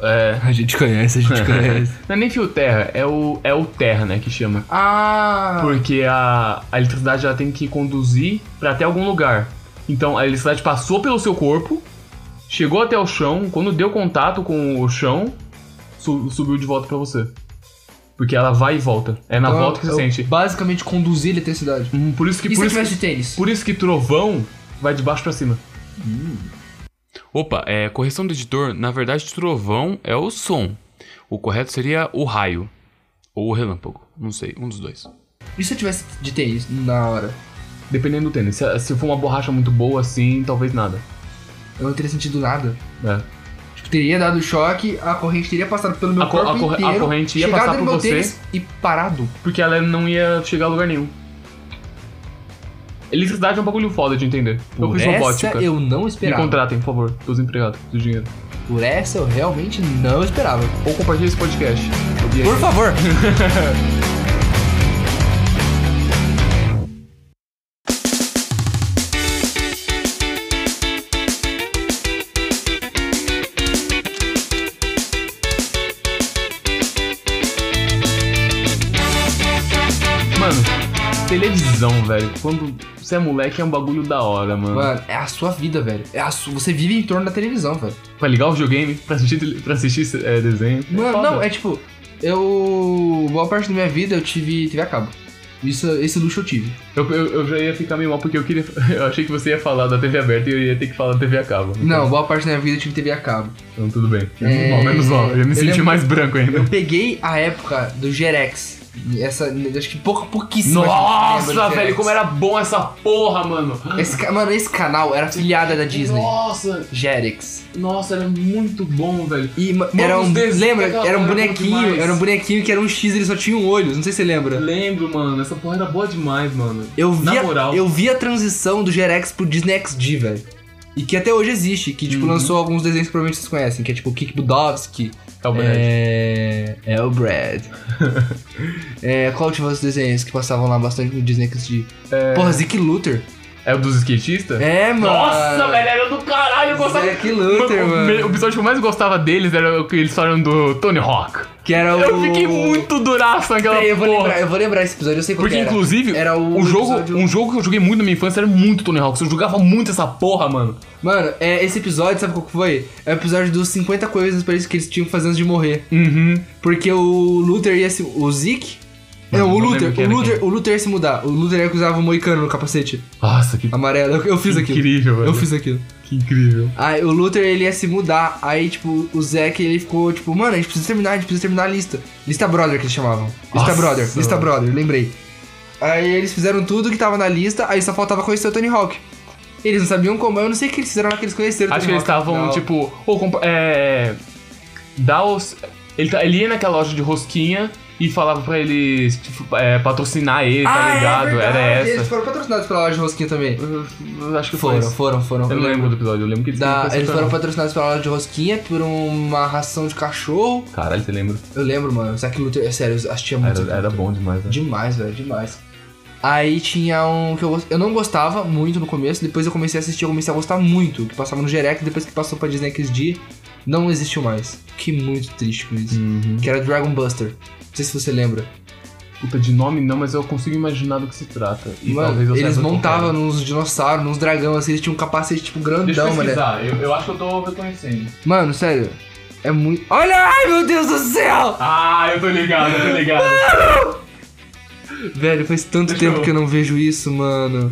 Speaker 1: É.
Speaker 2: A gente conhece, a gente
Speaker 1: Não é nem fio terra, é o, é o terra, né, que chama.
Speaker 2: Ah!
Speaker 1: Porque a, a eletricidade ela tem que conduzir pra até algum lugar. Então a eletricidade passou pelo seu corpo, chegou até o chão, quando deu contato com o chão, su- subiu de volta pra você. Porque ela vai e volta. É na
Speaker 2: Então,
Speaker 1: volta que você
Speaker 2: eu
Speaker 1: sente.
Speaker 2: Basicamente conduzir eletricidade.
Speaker 1: Hum, Por isso que
Speaker 2: E
Speaker 1: por
Speaker 2: se
Speaker 1: isso,
Speaker 2: tivesse de tênis?
Speaker 1: por isso que trovão vai de baixo pra cima. Hum. Opa, é, correção do editor, na verdade trovão é o som. O correto seria o raio. Ou o relâmpago, não sei, um dos dois.
Speaker 2: E se eu tivesse de tênis na hora?
Speaker 1: Dependendo do tênis, se, se for uma borracha muito boa assim, talvez nada.
Speaker 2: Eu não teria sentido nada.
Speaker 1: É.
Speaker 2: Tipo, teria dado choque, a corrente teria passado pelo meu
Speaker 1: A co-
Speaker 2: corpo
Speaker 1: a corre- a
Speaker 2: inteiro,
Speaker 1: corrente ia
Speaker 2: chegado
Speaker 1: passar
Speaker 2: no
Speaker 1: por
Speaker 2: meu
Speaker 1: você.
Speaker 2: tênis e parado.
Speaker 1: Porque ela não ia chegar a lugar nenhum. Eletricidade é um bagulho foda de entender. eu
Speaker 2: Por
Speaker 1: fiz
Speaker 2: essa
Speaker 1: robótica.
Speaker 2: eu não
Speaker 1: Me
Speaker 2: esperava.
Speaker 1: contratem, por favor, tô desempregado, do dinheiro.
Speaker 2: Por essa eu realmente não esperava.
Speaker 1: Ou compartilhe esse podcast. Eu vi aí.
Speaker 2: favor.
Speaker 1: Mano, televisão, velho. Quando você é moleque é um bagulho da hora, mano.
Speaker 2: Mano, é a sua vida, velho. É a sua... Você vive em torno da televisão, velho.
Speaker 1: Pra ligar o videogame, pra assistir, tele- pra assistir é, desenho.
Speaker 2: Mano,
Speaker 1: foda.
Speaker 2: não, é tipo, eu. Boa parte da minha vida eu tive TV a cabo. Isso, esse luxo eu tive.
Speaker 1: Eu, eu, eu já ia ficar meio mal porque eu queria. Eu achei que você ia falar da TV aberta e eu ia ter que falar da TV a cabo.
Speaker 2: Não, boa parte da minha vida eu tive TV a cabo.
Speaker 1: Então tudo bem.
Speaker 2: É,
Speaker 1: Mal, menos mal. Eu ia me
Speaker 2: eu
Speaker 1: senti
Speaker 2: lembro-
Speaker 1: mais branco ainda.
Speaker 2: Eu peguei a época do Gerex. Essa, acho que pouca, pouquíssima. gente lembra
Speaker 1: Nossa,
Speaker 2: do
Speaker 1: velho,
Speaker 2: Gerex.
Speaker 1: como era bom essa porra, mano.
Speaker 2: Esse, ca- mano, esse canal era afiliada da Disney.
Speaker 1: Nossa,
Speaker 2: Gerex.
Speaker 1: nossa, era muito bom, velho.
Speaker 2: E ma-
Speaker 1: Mano,
Speaker 2: era
Speaker 1: os
Speaker 2: um.
Speaker 1: desenhos
Speaker 2: Lembra?
Speaker 1: daquela
Speaker 2: Era um
Speaker 1: época eram
Speaker 2: bonequinho.
Speaker 1: demais.
Speaker 2: Era um bonequinho que era um X, ele só tinha um olho. Não sei se você lembra.
Speaker 1: Lembro, mano, essa porra era boa demais, mano.
Speaker 2: Eu vi,
Speaker 1: Na
Speaker 2: a,
Speaker 1: moral.
Speaker 2: eu vi a transição do Gerex pro Disney XD, velho. E que até hoje existe, que tipo,
Speaker 1: Uhum.
Speaker 2: lançou alguns desenhos que provavelmente vocês conhecem, que é tipo Kik Budowski.
Speaker 1: É o Brad.
Speaker 2: É, é o Brad. é, qual tinha outros desenhos que passavam lá bastante no Disney que de. Porra, Zeke Luther.
Speaker 1: É o dos skatistas?
Speaker 2: É, mano.
Speaker 1: Nossa, velho, era do caralho, eu gostava.
Speaker 2: Zeke Luther,
Speaker 1: Mano,
Speaker 2: mano.
Speaker 1: O episódio que eu mais gostava deles era o que eles falaram do Tony Hawk.
Speaker 2: Que era o.
Speaker 1: Eu fiquei muito duraço naquela
Speaker 2: Peraí, eu vou
Speaker 1: porra.
Speaker 2: lembrar, eu vou lembrar esse episódio, eu sei qual
Speaker 1: Porque,
Speaker 2: que era.
Speaker 1: inclusive,
Speaker 2: era o,
Speaker 1: um, jogo,
Speaker 2: episódio-
Speaker 1: um jogo que eu joguei muito na minha infância era muito Tony Hawk. Eu jogava muito essa porra, mano.
Speaker 2: Mano, é, esse episódio, sabe qual que foi? É o episódio dos 50 coisas pra eles que eles tinham que fazer antes de morrer.
Speaker 1: Uhum.
Speaker 2: Porque o Luther ia se. O Zeke?
Speaker 1: Mano,
Speaker 2: não, o
Speaker 1: não
Speaker 2: Luther.
Speaker 1: lembro quem
Speaker 2: O
Speaker 1: era
Speaker 2: Luther, o Luther ia se mudar. O Luther ia que usava o moicano no capacete
Speaker 1: Nossa, que
Speaker 2: amarelo. Eu, eu fiz aquilo.
Speaker 1: incrível, velho.
Speaker 2: Eu fiz aquilo.
Speaker 1: Que incrível.
Speaker 2: Aí o Luther ele ia se mudar. Aí, tipo, o Zack ele ficou, tipo, mano, a gente precisa terminar, a gente precisa terminar a lista. Lista Brother que eles chamavam. Lista
Speaker 1: Nossa.
Speaker 2: Brother, lista Brother, lembrei. Aí eles fizeram tudo que tava na lista, aí só faltava conhecer o Tony Hawk. Eles não sabiam como, eu não sei o que eles fizeram lá que eles conheceram. o
Speaker 1: Acho que
Speaker 2: Tony
Speaker 1: eles
Speaker 2: Hawk. é
Speaker 1: estavam,
Speaker 2: Não.
Speaker 1: tipo, ou compa- é. Dá os. Ele, tá- ele ia naquela loja de rosquinha e falava pra eles tipo, é, patrocinar ele, tá
Speaker 2: é
Speaker 1: ligado?
Speaker 2: verdade,
Speaker 1: era
Speaker 2: Eles
Speaker 1: essa.
Speaker 2: foram patrocinados pela loja de Rosquinha também.
Speaker 1: Eu Uhum, Acho que foi.
Speaker 2: Foram,
Speaker 1: essa.
Speaker 2: foram, foram.
Speaker 1: Eu não lembro do episódio, eu lembro que eles
Speaker 2: Da-
Speaker 1: foram
Speaker 2: eles
Speaker 1: patrocinar.
Speaker 2: foram patrocinados pela loja de Rosquinha por uma ração de cachorro.
Speaker 1: Caralho, você lembra?
Speaker 2: Eu lembro, mano. Zack Luther, é sério, eu assistia muito.
Speaker 1: Era, era bom demais, né?
Speaker 2: Demais, velho, demais. Aí tinha um que eu, gost- eu não gostava muito no começo, depois eu comecei a assistir, eu comecei a gostar muito, que passava no Gerec, depois que passou pra Disney XD, não existiu mais. Fiquei muito triste com isso.
Speaker 1: Uhum.
Speaker 2: Que era Dragon Buster. Não sei se você lembra.
Speaker 1: Puta, de nome não, mas eu consigo imaginar do que se trata. E
Speaker 2: Mano,
Speaker 1: talvez eu
Speaker 2: eles
Speaker 1: saiba qual
Speaker 2: montavam
Speaker 1: que
Speaker 2: nos dinossauros, nos dragão, assim, eles tinham um capacete, tipo,
Speaker 1: é. Deixa
Speaker 2: grandão,
Speaker 1: eu
Speaker 2: mano.
Speaker 1: pesquisar, eu, eu acho que eu tô reconhecendo.
Speaker 2: Mano, sério, é muito... Olha, ai meu Deus do céu!
Speaker 1: Ah, eu tô ligado, eu tô ligado.
Speaker 2: Velho, faz tanto
Speaker 1: Deixa
Speaker 2: tempo
Speaker 1: eu-
Speaker 2: que eu não vejo isso, mano.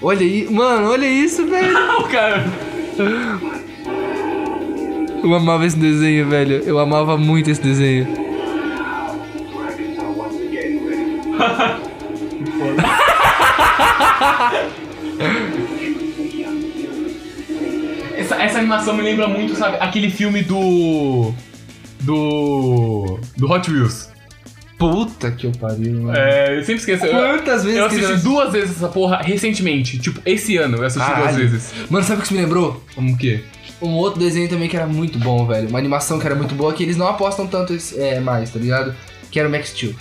Speaker 2: Olha aí, mano, olha isso, velho.
Speaker 1: o cara.
Speaker 2: Eu amava esse desenho, velho. Eu amava muito esse desenho.
Speaker 1: Essa, essa animação me lembra muito, sabe, aquele filme do. Do. Do Hot Wheels.
Speaker 2: Puta que eu pariu, mano.
Speaker 1: É, eu sempre esqueço. Eu,
Speaker 2: Quantas vezes
Speaker 1: eu
Speaker 2: que
Speaker 1: assisti duas vezes essa porra recentemente. Tipo, esse ano eu assisti duas
Speaker 2: Caralho.
Speaker 1: vezes.
Speaker 2: Mano, sabe o que isso me lembrou?
Speaker 1: Como que?
Speaker 2: Um outro desenho também que era muito bom, velho. Uma animação que era muito boa, que eles não apostam tanto é, mais, tá ligado? Que era o Max Steel.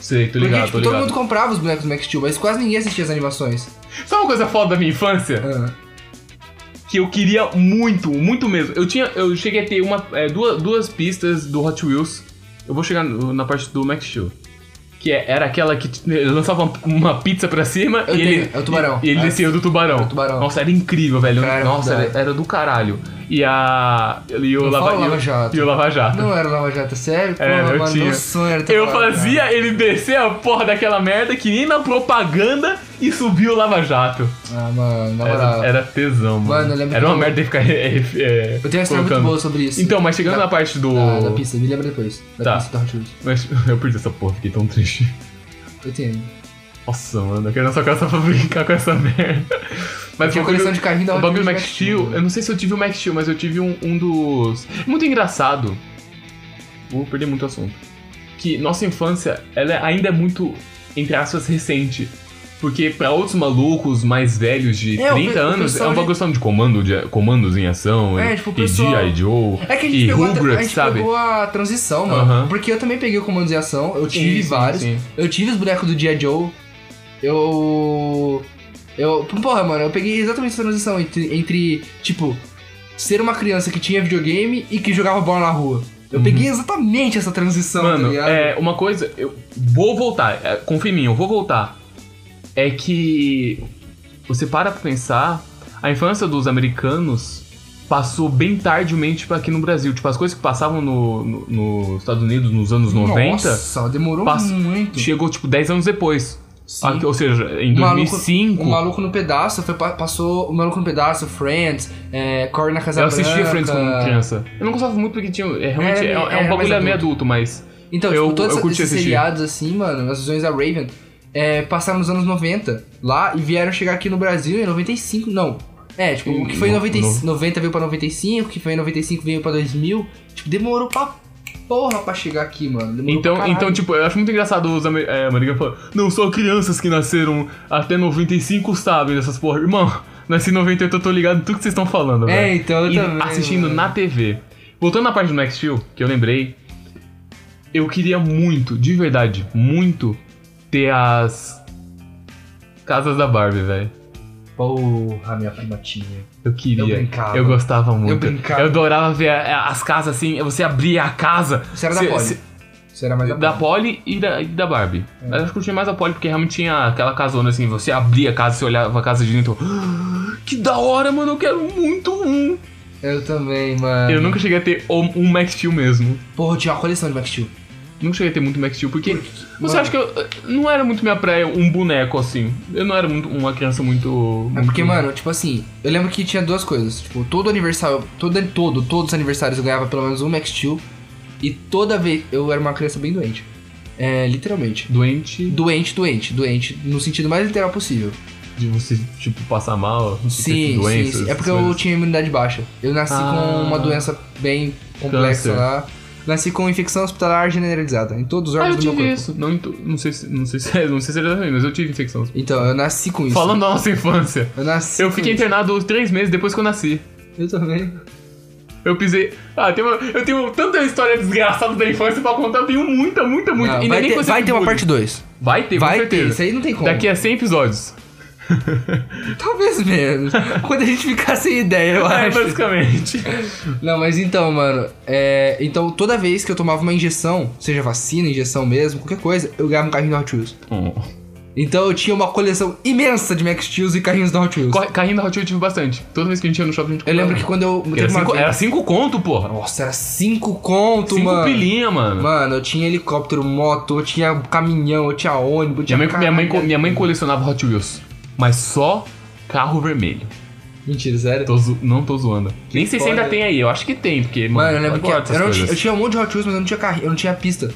Speaker 1: Sei, tô
Speaker 2: Porque,
Speaker 1: ligado,
Speaker 2: tipo,
Speaker 1: tô
Speaker 2: todo
Speaker 1: ligado.
Speaker 2: mundo comprava os bonecos do Max Steel, mas quase ninguém assistia as animações.
Speaker 1: Sabe uma coisa foda da minha infância?
Speaker 2: Ah, É.
Speaker 1: que eu queria muito, muito mesmo. Eu tinha, eu cheguei a ter uma, é, duas, duas pistas do Hot Wheels. Eu vou chegar no- na parte do Max Steel. Que é- era aquela que t- ele lançava uma, uma pizza pra cima
Speaker 2: Eu
Speaker 1: e
Speaker 2: tenho,
Speaker 1: ele.
Speaker 2: é o tubarão.
Speaker 1: E, e ele
Speaker 2: É.
Speaker 1: descia do tubarão.
Speaker 2: o tubarão.
Speaker 1: Nossa, era incrível, velho.
Speaker 2: Cara, é era
Speaker 1: Nossa,
Speaker 2: muito da
Speaker 1: era, era do caralho. E a. E o
Speaker 2: Não
Speaker 1: Lava,
Speaker 2: fala
Speaker 1: e o-
Speaker 2: Lava Jato.
Speaker 1: E o Lava Jato.
Speaker 2: Não era o Lava Jato, é sério?
Speaker 1: Era,
Speaker 2: Porra,
Speaker 1: eu
Speaker 2: mano,
Speaker 1: tinha.
Speaker 2: meu sonho era ter
Speaker 1: Eu
Speaker 2: falado, cara.
Speaker 1: fazia ele descer a porra daquela merda que nem na propaganda e subia o Lava Jato.
Speaker 2: Ah, mano,
Speaker 1: É,
Speaker 2: na moral.
Speaker 1: Era, era tesão, mano.
Speaker 2: Mano, eu lembro
Speaker 1: era
Speaker 2: que
Speaker 1: uma
Speaker 2: eu-
Speaker 1: merda de ficar. é, é,
Speaker 2: Eu tenho uma história muito
Speaker 1: colocando.
Speaker 2: boa sobre isso.
Speaker 1: Então, mas chegando
Speaker 2: Da-
Speaker 1: na parte do.
Speaker 2: Ah, da pista, me lembra depois. Da
Speaker 1: Tá.
Speaker 2: pista do Hot Wheels.
Speaker 1: Mas eu perdi essa porra, fiquei tão triste.
Speaker 2: Eu tenho.
Speaker 1: Nossa, mano, eu quero na sua casa pra brincar com essa merda. Mas
Speaker 2: Tinha
Speaker 1: É o
Speaker 2: coleção
Speaker 1: bagulho,
Speaker 2: de carrinho da
Speaker 1: o
Speaker 2: Hot
Speaker 1: bagulho
Speaker 2: Wheels né?
Speaker 1: do Max
Speaker 2: Max Steel,
Speaker 1: Steel, eu não sei se eu tive o Max Steel, mas eu tive um, um dos. Muito engraçado. Vou perder muito o assunto. Que nossa infância, ela ainda é muito, entre aspas, recente. Porque pra outros malucos mais velhos de
Speaker 2: É, o
Speaker 1: 30
Speaker 2: pe- o
Speaker 1: anos, é
Speaker 2: pessoal
Speaker 1: um
Speaker 2: de-
Speaker 1: bagulho só de comando, de comandos em ação,
Speaker 2: É,
Speaker 1: e,
Speaker 2: tipo, o
Speaker 1: e
Speaker 2: pessoal-
Speaker 1: G.I. Joe,
Speaker 2: É que a gente,
Speaker 1: e
Speaker 2: pegou a, tra- a
Speaker 1: Rugrats,
Speaker 2: gente
Speaker 1: sabe?
Speaker 2: pegou a transição, mano.
Speaker 1: Aham.
Speaker 2: Porque eu também peguei o comando de ação, eu tive
Speaker 1: Sim, sim,
Speaker 2: vários.
Speaker 1: sim.
Speaker 2: Eu tive os bonecos do G.I. Joe. Eu. Eu. Porra, mano, eu peguei exatamente essa transição entre, entre, tipo, ser uma criança que tinha videogame e que jogava bola na rua. Eu peguei exatamente essa transição, tá
Speaker 1: Uhum. Mano,
Speaker 2: ligado?
Speaker 1: é, uma coisa, eu vou voltar, é, confia em mim, eu vou voltar. É que você para pra pensar, a infância dos americanos passou bem tardiamente pra aqui no Brasil. Tipo, as coisas que passavam no, no- nos Estados Unidos nos anos 90
Speaker 2: Nossa, demorou
Speaker 1: passa-
Speaker 2: muito.
Speaker 1: chegou, tipo, 10 anos depois.
Speaker 2: Sim.
Speaker 1: Ah, ou seja, em
Speaker 2: O maluco-
Speaker 1: 2005.
Speaker 2: O Um Maluco no Pedaço foi, pa- passou. O Maluco no Pedaço, Friends, é, Corre na Casa
Speaker 1: eu assistia
Speaker 2: Branca.
Speaker 1: Friends quando criança. Eu não gostava muito porque tinha. É, realmente,
Speaker 2: É,
Speaker 1: é, é
Speaker 2: era
Speaker 1: um bagulho
Speaker 2: mais
Speaker 1: meio adulto, mas.
Speaker 2: Então,
Speaker 1: Eu-
Speaker 2: tipo, todos
Speaker 1: eu curti
Speaker 2: esses
Speaker 1: assistir.
Speaker 2: seriados assim, mano, as visões da Raven, é, passaram nos anos 90 lá e vieram chegar aqui no Brasil em 95, não. É, tipo, o que foi em
Speaker 1: No-
Speaker 2: 90,
Speaker 1: no-
Speaker 2: 90 veio pra 95, o que foi em 95 veio pra 2000. Tipo, demorou pra porra pra chegar aqui, mano. Demorou pra
Speaker 1: Então,
Speaker 2: caralho.
Speaker 1: então, tipo, eu acho muito engraçado os amer- é, americanos falando, não, só crianças que nasceram até 95 sabem dessas porra. Irmão, nasci em 98, eu tô ligado em tudo que vocês estão falando,
Speaker 2: É,
Speaker 1: velho.
Speaker 2: então, eu
Speaker 1: tipo, E
Speaker 2: também,
Speaker 1: assistindo
Speaker 2: mano.
Speaker 1: na TV. Voltando na parte do Max Steel, que eu lembrei, eu queria muito, de verdade, muito, ter as casas da Barbie, velho.
Speaker 2: Porra, minha prima tinha.
Speaker 1: Eu queria.
Speaker 2: Eu brincava.
Speaker 1: Eu gostava muito.
Speaker 2: brincava.
Speaker 1: Eu adorava ver a- a- as casas assim, você abria a casa.
Speaker 2: Você era da Polly. Isso era mais
Speaker 1: Da Polly e da, e da Barbie.
Speaker 2: Hum.
Speaker 1: Mas eu curti mais a Polly porque realmente tinha aquela casona assim, você abria a casa, você olhava a casa de dentro. "Ah, Que da hora, mano, eu quero muito um.
Speaker 2: Eu também, mano.
Speaker 1: Eu nunca cheguei a ter um, um Max Steel mesmo.
Speaker 2: Porra, eu tinha uma coleção de Max Steel.
Speaker 1: Nunca cheguei a ter muito Max Steel porque. Você
Speaker 2: Mano.
Speaker 1: acha que eu. eh, Não era muito minha praia um boneco assim. Eu não era muito uma criança muito.
Speaker 2: É
Speaker 1: muito-
Speaker 2: porque, mano, tipo assim, eu lembro que tinha duas coisas. Tipo, todo aniversário, todo, todo, todos os aniversários eu ganhava pelo menos um Max Steel. E toda vez. Eu era uma criança bem doente. É, literalmente.
Speaker 1: Doente
Speaker 2: Doente, doente, doente, no sentido mais literal possível.
Speaker 1: de você, tipo, passar mal. de ter
Speaker 2: Sim, sim,
Speaker 1: doenças,
Speaker 2: sim. É
Speaker 1: essas
Speaker 2: porque eu
Speaker 1: coisas.
Speaker 2: tinha imunidade baixa. Eu nasci
Speaker 1: Ah.
Speaker 2: com uma doença bem complexa
Speaker 1: Câncer.
Speaker 2: lá. Nasci com infecção hospitalar generalizada em todos os
Speaker 1: Ah,
Speaker 2: órgãos
Speaker 1: eu
Speaker 2: do meu
Speaker 1: tive
Speaker 2: corpo.
Speaker 1: isso. Não, em to- não sei se. Não sei se é, não sei se era também, mas eu tive infecção.
Speaker 2: Então, eu nasci com isso.
Speaker 1: Falando da nossa infância.
Speaker 2: Eu nasci.
Speaker 1: Eu
Speaker 2: com
Speaker 1: fiquei
Speaker 2: isso.
Speaker 1: internado três meses depois que eu nasci.
Speaker 2: Eu também.
Speaker 1: Eu pisei. Ah, tem uma- eu tenho tanta história desgraçada da infância pra contar, eu tenho muita, muita, muita.
Speaker 2: Não,
Speaker 1: e
Speaker 2: vai
Speaker 1: nem
Speaker 2: ter,
Speaker 1: coisa
Speaker 2: vai
Speaker 1: de
Speaker 2: ter uma
Speaker 1: bullying.
Speaker 2: parte 2.
Speaker 1: Vai ter, com
Speaker 2: Vai ter,
Speaker 1: certeza.
Speaker 2: isso aí não tem como.
Speaker 1: Daqui a 100 episódios.
Speaker 2: Talvez menos. Quando a gente ficar sem ideia, eu
Speaker 1: É,
Speaker 2: acho.
Speaker 1: basicamente.
Speaker 2: Não, mas então, mano. é, Então, toda vez que eu tomava uma injeção, seja vacina, injeção mesmo, qualquer coisa, eu ganhava um carrinho da Hot Wheels. Então, eu tinha uma coleção imensa de Max Steels e carrinhos da Hot Wheels.
Speaker 1: Corre- Carrinho da Hot Wheels eu tive bastante. Toda vez que a gente ia no shopping, a gente
Speaker 2: Eu lembro que
Speaker 1: comprava.
Speaker 2: quando eu.
Speaker 1: Era
Speaker 2: teve uma
Speaker 1: cinco,
Speaker 2: vez-
Speaker 1: era cinco conto, porra.
Speaker 2: Nossa, era cinco conto,
Speaker 1: Cinco
Speaker 2: mano.
Speaker 1: pilinha, mano.
Speaker 2: Mano, eu tinha helicóptero, moto, eu tinha caminhão, eu tinha ônibus, eu
Speaker 1: minha, mãe,
Speaker 2: tinha
Speaker 1: minha, mãe, co-
Speaker 2: caralho.
Speaker 1: minha mãe colecionava Hot Wheels. Mas só carro vermelho.
Speaker 2: Mentira, sério?
Speaker 1: Tô zo- Não tô zoando. Nem sei se ainda
Speaker 2: foda.
Speaker 1: tem aí. Eu acho que tem, porque.
Speaker 2: Mano, eu lembro que
Speaker 1: adoro essas
Speaker 2: eu, não tinha,
Speaker 1: coisas.
Speaker 2: eu tinha um monte de Hot Wheels, mas eu não tinha carro, eu não tinha pista.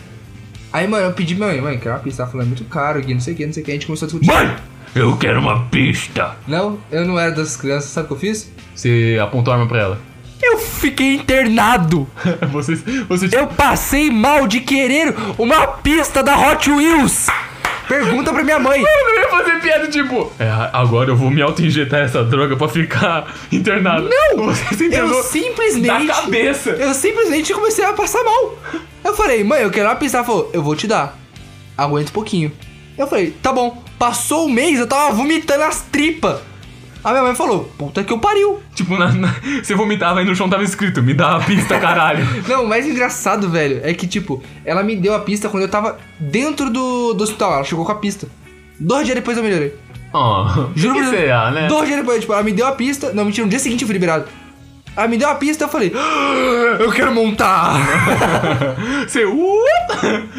Speaker 2: Aí, mano, eu pedi pra minha mãe, mãe, quer uma pista? Ela falou, é muito caro, Gui, não sei o que, não sei o que. A gente começou a discutir.
Speaker 1: Mãe, eu quero uma pista.
Speaker 2: Não, eu não era dessas crianças, sabe o que eu fiz?
Speaker 1: Você apontou a arma pra ela.
Speaker 2: Eu fiquei internado!
Speaker 1: você, você tipo,
Speaker 2: Eu passei mal de querer uma pista da Hot Wheels! Pergunta pra minha mãe!
Speaker 1: eu não ia fazer piada, tipo, "É, agora eu vou me auto-injetar essa droga pra ficar internado. Não! Você se internou
Speaker 2: Eu simplesmente.
Speaker 1: da cabeça.
Speaker 2: Eu simplesmente comecei a passar mal. Eu falei, mãe, eu quero uma pista. Ela falou, eu vou te dar. Aguenta um pouquinho. Eu falei, tá bom. Passou um mês, eu tava vomitando as tripas. A minha mãe falou, puta que eu pariu.
Speaker 1: Tipo, na, na, você vomitava e no chão tava escrito, me dá a pista, caralho.
Speaker 2: Não, o mais engraçado, velho, é que, tipo, ela me deu a pista quando eu tava dentro do, do hospital. Ela chegou com a pista. Dois dias depois eu melhorei.
Speaker 1: Ó,
Speaker 2: Juro
Speaker 1: que
Speaker 2: pra você.
Speaker 1: será, né?
Speaker 2: Dois dias depois, tipo, ela me deu a pista. Não, mentira, no dia seguinte eu fui liberado. Ela me deu a pista, eu falei, "Ah, eu quero montar.
Speaker 1: Você, uh!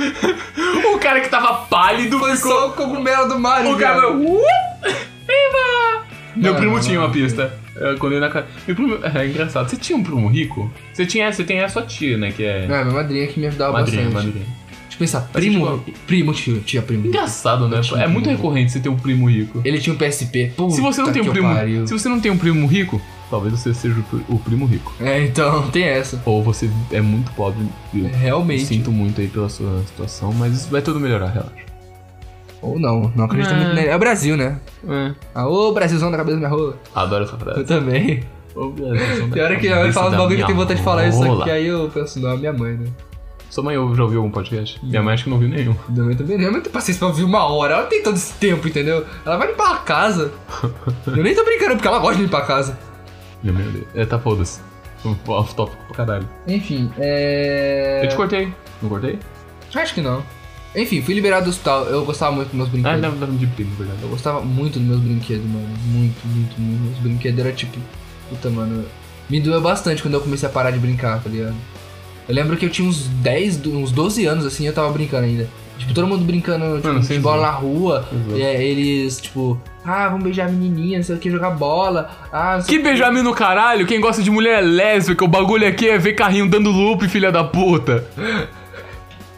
Speaker 1: o cara que tava pálido
Speaker 2: Foi
Speaker 1: ficou...
Speaker 2: só o cogumelo do Mario.
Speaker 1: O cara,
Speaker 2: velho.
Speaker 1: uh! Eba! Meu
Speaker 2: Não,
Speaker 1: primo
Speaker 2: não,
Speaker 1: tinha
Speaker 2: não.
Speaker 1: uma pista. Eu, quando eu ia na casa. Meu primo. É, engraçado. Você tinha um primo rico? Você tinha. Você tem a sua tia, né? Que é.
Speaker 2: Não, é minha madrinha que me ajudava
Speaker 1: madrinha,
Speaker 2: bastante.
Speaker 1: madrinha. tipo,
Speaker 2: Deixa eu pensar, primo, primo, tio, tia, primo.
Speaker 1: Engraçado, né?
Speaker 2: tinha um
Speaker 1: É
Speaker 2: primo
Speaker 1: muito
Speaker 2: rico.
Speaker 1: recorrente você ter um primo rico.
Speaker 2: Ele tinha um PSP. Puta
Speaker 1: Se você não tem
Speaker 2: que
Speaker 1: um
Speaker 2: eu
Speaker 1: primo.
Speaker 2: pariu.
Speaker 1: Se você não tem um primo rico, talvez você seja o pri- o primo rico.
Speaker 2: É, então, tem essa.
Speaker 1: Ou você é muito pobre. Eu
Speaker 2: Realmente.
Speaker 1: Sinto muito aí pela sua situação, mas isso vai tudo melhorar, relaxa.
Speaker 2: Ou não, não acredito
Speaker 1: É.
Speaker 2: muito nele. É o Brasil, né?
Speaker 1: É.
Speaker 2: Aô, Brasilzão da cabeça da minha rola.
Speaker 1: Adoro essa frase.
Speaker 2: Eu também. Tem hora que minha mãe fala um bagulho que eu tenho vontade de falar isso aqui, aí eu penso, não, é minha mãe, né?
Speaker 1: Sua mãe já ouviu algum
Speaker 2: Hum.
Speaker 1: podcast? Minha mãe acho que não ouviu nenhum.
Speaker 2: Minha mãe também, minha mãe tem paciência pra ouvir uma hora, ela tem todo esse tempo, entendeu? Ela vai limpar a casa. Eu nem tô brincando, porque ela gosta de limpar a casa.
Speaker 1: Meu Deus. É, tá foda-se. um Off topic pra caralho.
Speaker 2: Enfim, é...
Speaker 1: Eu te cortei. Não cortei?
Speaker 2: Acho que não. Enfim, fui liberado do hospital, eu gostava muito dos meus
Speaker 1: Ah,
Speaker 2: brinquedos.
Speaker 1: não, não de primo, na
Speaker 2: Eu
Speaker 1: verdade.
Speaker 2: gostava muito dos meus brinquedos, mano. Muito, muito, muito. Meus brinquedos eram tipo. Puta, mano. Me doeu bastante quando eu comecei a parar de brincar, tá ligado? Eu lembro que eu tinha uns 10, do- uns 12 anos, assim, e eu tava brincando ainda. Tipo, todo mundo brincando, tipo,
Speaker 1: Mano, sem
Speaker 2: de bola
Speaker 1: zoar.
Speaker 2: na rua.
Speaker 1: zoar.
Speaker 2: E, é, eles, tipo, ah, vamos beijar a menininha, não sei o que, jogar bola. Ah, não sei
Speaker 1: Que
Speaker 2: o quê.
Speaker 1: Benjamin no caralho, quem gosta de mulher é lésbica, o bagulho aqui é ver carrinho dando loop, filha da puta.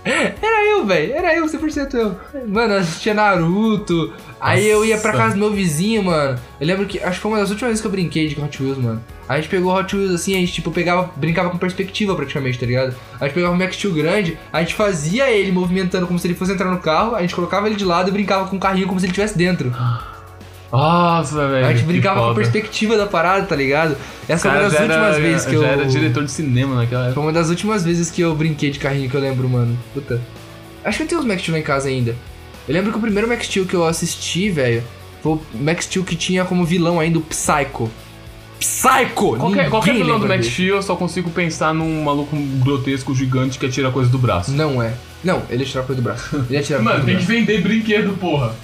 Speaker 2: Era eu, velho. Era eu, 100% eu. Mano, eu assistia Naruto. Aí eu ia pra
Speaker 1: Nossa.
Speaker 2: casa do meu vizinho, mano. Eu lembro que, acho que foi uma das últimas vezes que eu brinquei de Hot Wheels, mano. A gente pegou Hot Wheels assim, a gente, tipo, pegava, brincava com perspectiva praticamente, tá ligado? A gente pegava um Max Steel grande, a gente fazia ele movimentando como se ele fosse entrar no carro, a gente colocava ele de lado e brincava com o carrinho como se ele estivesse dentro.
Speaker 1: Nossa, velho.
Speaker 2: A gente
Speaker 1: que
Speaker 2: brincava com a
Speaker 1: foda.
Speaker 2: perspectiva da parada, tá ligado? Essa foi
Speaker 1: Cara,
Speaker 2: uma das
Speaker 1: já
Speaker 2: últimas
Speaker 1: era-
Speaker 2: vezes que
Speaker 1: já
Speaker 2: eu.
Speaker 1: era diretor de cinema naquela época.
Speaker 2: Foi uma das últimas vezes que eu brinquei de carrinho que eu lembro, mano. Puta. Acho que eu tenho os Max Steel lá em casa ainda. Eu lembro que o primeiro Max Steel que eu assisti, velho, foi o Max Steel que tinha como vilão ainda o Psycho. Psycho!
Speaker 1: Qualquer, qualquer é vilão do Max
Speaker 2: Steel.
Speaker 1: Steel, eu só consigo pensar num maluco grotesco gigante que atira coisa do braço.
Speaker 2: Não é. Não, ele tirava coisa do braço. Ele atirava
Speaker 1: Mano,
Speaker 2: coisa do
Speaker 1: tem que
Speaker 2: braço.
Speaker 1: vender brinquedo, porra.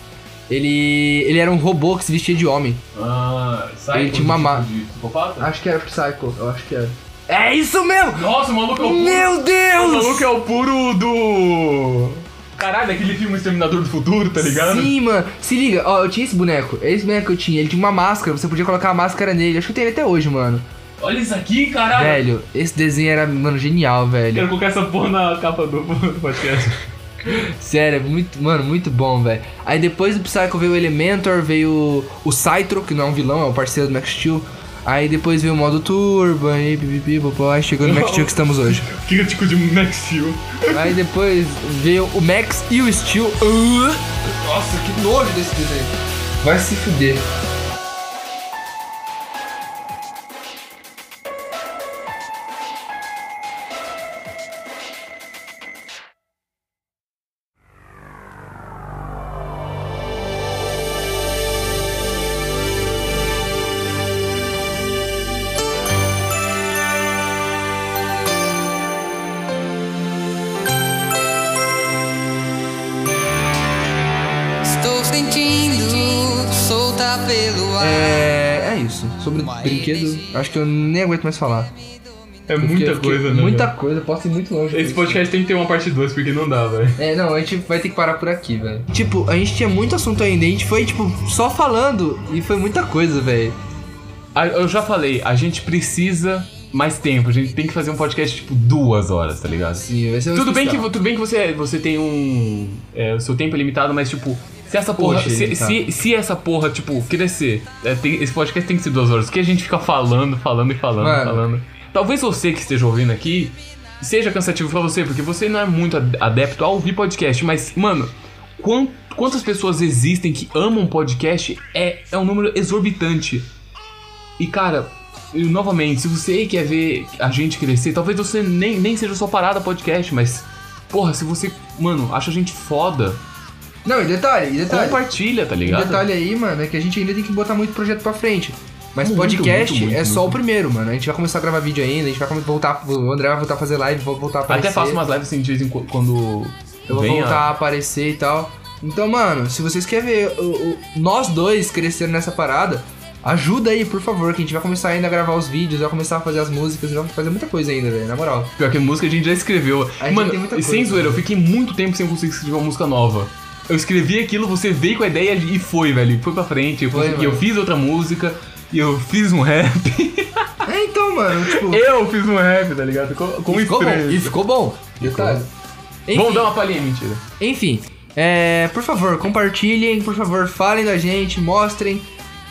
Speaker 2: Ele, ele era um robô que se vestia de homem.
Speaker 1: Ah, sai
Speaker 2: Ele Ah,
Speaker 1: com
Speaker 2: tinha uma
Speaker 1: esse
Speaker 2: ma-
Speaker 1: tipo de psicopata?
Speaker 2: Acho que era Psycho, eu acho que era. É isso mesmo!
Speaker 1: Nossa, o maluco é o puro.
Speaker 2: Meu
Speaker 1: O
Speaker 2: Deus!
Speaker 1: maluco é o puro do. Caralho, aquele filme Exterminador do Futuro, tá ligado?
Speaker 2: Sim, mano. Se liga, ó, eu tinha esse boneco. Esse boneco que eu tinha, ele tinha uma máscara, você podia colocar a máscara nele. Acho que eu tenho ele até hoje, mano.
Speaker 1: Olha isso aqui, caralho.
Speaker 2: Velho, esse desenho era, mano, genial, velho.
Speaker 1: Quero colocar essa porra na capa do do podcast.
Speaker 2: Sério, muito, mano, muito bom, velho. Aí depois do Psycho veio o Elementor, veio o Cytro, que não é um vilão, é o parceiro do Max Steel. Aí depois veio o modo Turbo, aí bibibi, popó, aí chegou no Max Steel que estamos hoje.
Speaker 1: Crítico tipo, de Max Steel.
Speaker 2: Aí depois veio o Max e o Steel. Uh! Nossa, que nojo desse desenho. Vai se fuder.
Speaker 3: Estou sentindo solta pelo ar.
Speaker 2: É, é isso. Sobre brinquedo, acho que eu nem aguento mais falar.
Speaker 1: É
Speaker 2: Eu
Speaker 1: muita
Speaker 2: fiquei- fiquei-
Speaker 1: coisa, né?
Speaker 2: Muita
Speaker 1: velho?
Speaker 2: coisa, posso ir muito longe. com
Speaker 1: Esse
Speaker 2: isso.
Speaker 1: podcast tem que ter uma parte 2, porque não dá, velho.
Speaker 2: É, não, a gente vai ter que parar por aqui, velho. Tipo, a gente tinha muito assunto ainda, a gente foi, tipo, só falando e foi muita coisa, velho.
Speaker 1: Ah, Eu já falei, a gente precisa mais tempo. A gente tem que fazer um podcast, tipo, duas horas, tá ligado?
Speaker 2: Sim, vai ser um
Speaker 1: Tudo bem, que,
Speaker 2: especial.
Speaker 1: vo- tudo bem que você, é, você tem um. é, o seu tempo é limitado, mas tipo, se essa porra.
Speaker 2: Hoje é
Speaker 1: se,
Speaker 2: limitado.
Speaker 1: se, se essa porra, tipo, crescer, é, tem- esse podcast tem que ser duas horas. Porque a gente fica falando, falando e falando,
Speaker 2: Mano.
Speaker 1: falando. Talvez você que esteja ouvindo aqui seja cansativo pra você, porque você não é muito ad- adepto a ouvir podcast, mas, mano, quan- quantas pessoas existem que amam podcast é, é um número exorbitante. E cara, eu, novamente, se você quer ver a gente crescer, talvez você nem, nem seja só parada podcast, mas. Porra, se você, mano, acha a gente foda,
Speaker 2: Não, e detalhe, e detalhe.
Speaker 1: compartilha, tá
Speaker 2: O
Speaker 1: ligado?
Speaker 2: detalhe aí, mano, é que a gente ainda tem que botar muito projeto pra frente. Mas
Speaker 1: Muito,
Speaker 2: podcast
Speaker 1: muito, muito,
Speaker 2: é só
Speaker 1: muito.
Speaker 2: o primeiro, mano. A gente vai começar a gravar vídeo ainda, a gente vai come- voltar. O André vai voltar a fazer live, vou voltar a aparecer.
Speaker 1: Até faço umas lives assim de vez em quando- quando.
Speaker 2: Eu vou
Speaker 1: vem a-
Speaker 2: voltar a aparecer e tal. Então, mano, se vocês querem ver o- o- nós dois crescendo nessa parada, ajuda aí, por favor, que a gente vai começar ainda a gravar os vídeos, vai começar a fazer as músicas, vai fazer muita coisa ainda, velho, na moral.
Speaker 1: Pior que música a gente já escreveu.
Speaker 2: A gente
Speaker 1: Mano,
Speaker 2: tem muita
Speaker 1: e sem
Speaker 2: coisa.
Speaker 1: zoeira, eu fiquei muito tempo sem conseguir escrever uma música nova. Eu escrevi aquilo, você veio com a ideia e foi, velho. Foi pra frente. Eu,
Speaker 2: Foi,
Speaker 1: consegui, eu
Speaker 2: mano.
Speaker 1: fiz outra música, e eu fiz um rap.
Speaker 2: É, então, mano, tipo.
Speaker 1: eu fiz um rap, tá ligado? Com, com
Speaker 2: e ficou bom,
Speaker 1: estresse.
Speaker 2: e ficou bom. Detalhe.
Speaker 1: Vamos
Speaker 2: Enfim,
Speaker 1: dar uma palhinha, mentira.
Speaker 2: enfim, é, por favor, compartilhem, por favor, falem da gente, mostrem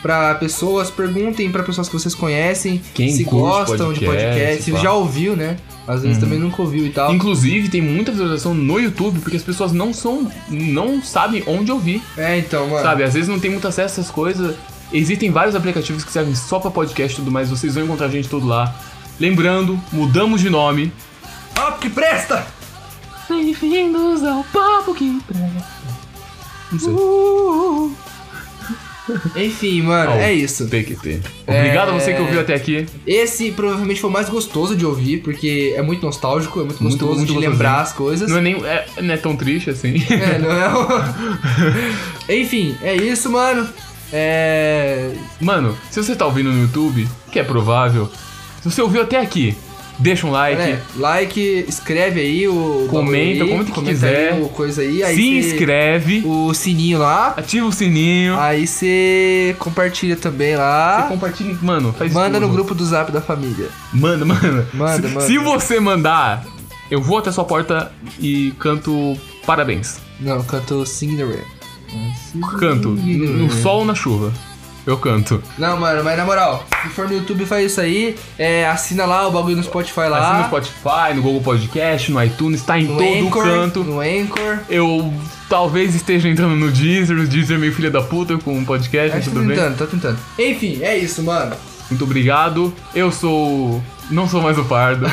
Speaker 2: pra pessoas, perguntem pra pessoas que vocês conhecem,
Speaker 1: Quem
Speaker 2: se
Speaker 1: curte
Speaker 2: gostam de
Speaker 1: podcast,
Speaker 2: podcast, se
Speaker 1: pá. Uhum.
Speaker 2: já ouviu, né? Às vezes também nunca ouviu e tal.
Speaker 1: Inclusive, tem muita visualização no YouTube, porque as pessoas não são. não sabem onde ouvir.
Speaker 2: É, então, mano.
Speaker 1: Sabe? Às vezes não tem muito acesso a essas coisas. Existem vários aplicativos que servem só pra podcast e tudo mais, vocês vão encontrar a gente todo lá. Lembrando, mudamos de nome.
Speaker 2: Ó, que presta!
Speaker 1: Bem-vindos ao Papo que Não sei.
Speaker 2: Enfim, mano,
Speaker 1: Ah, o
Speaker 2: é isso.
Speaker 1: PQT. Obrigado a você
Speaker 2: É.
Speaker 1: que ouviu até aqui.
Speaker 2: Esse provavelmente foi o mais gostoso de ouvir, porque é muito nostálgico, é muito
Speaker 1: Muito,
Speaker 2: gostoso
Speaker 1: muito
Speaker 2: de
Speaker 1: gostosinho.
Speaker 2: lembrar as coisas.
Speaker 1: Não é, nem, é, não é tão triste assim.
Speaker 2: É, não é um- Enfim, é isso, mano. É.
Speaker 1: Mano, se você tá ouvindo no YouTube, que é provável, se você ouviu até aqui, deixa um like.
Speaker 2: né, like, escreve aí o.
Speaker 1: Comenta,
Speaker 2: bagulho aí,
Speaker 1: comenta o que
Speaker 2: comenta
Speaker 1: quiser.
Speaker 2: aí o coisa aí, aí
Speaker 1: se
Speaker 2: cê-
Speaker 1: inscreve,
Speaker 2: O Ah. sininho lá.
Speaker 1: ativa o sininho.
Speaker 2: Aí você compartilha também
Speaker 1: você
Speaker 2: lá.
Speaker 1: compartilha, mano, faz
Speaker 2: Manda
Speaker 1: tudo.
Speaker 2: no grupo do zap da família.
Speaker 1: Manda, manda.
Speaker 2: Manda,
Speaker 1: se,
Speaker 2: manda.
Speaker 1: se você mandar Eu vou até sua porta e canto parabéns.
Speaker 2: Não, cantou Sing the Rain.
Speaker 1: Canto. No sol ou na chuva. Eu canto.
Speaker 2: Não, mano, mas na moral, se for no YouTube, faz isso aí. É, assina lá o bagulho no Spotify lá.
Speaker 1: Assim no Spotify, no Google Podcast, no iTunes, tá em
Speaker 2: Ah. no
Speaker 1: todo
Speaker 2: Anchor,
Speaker 1: canto.
Speaker 2: No Anchor.
Speaker 1: Eu talvez esteja entrando no Deezer, o Deezer é meio filha da puta com o podcast, mas
Speaker 2: Acho que
Speaker 1: Tá tudo
Speaker 2: tô
Speaker 1: bem.
Speaker 2: tentando, tô tentando. Enfim, é isso, mano.
Speaker 1: Muito obrigado. Eu sou. Não sou mais o pardo.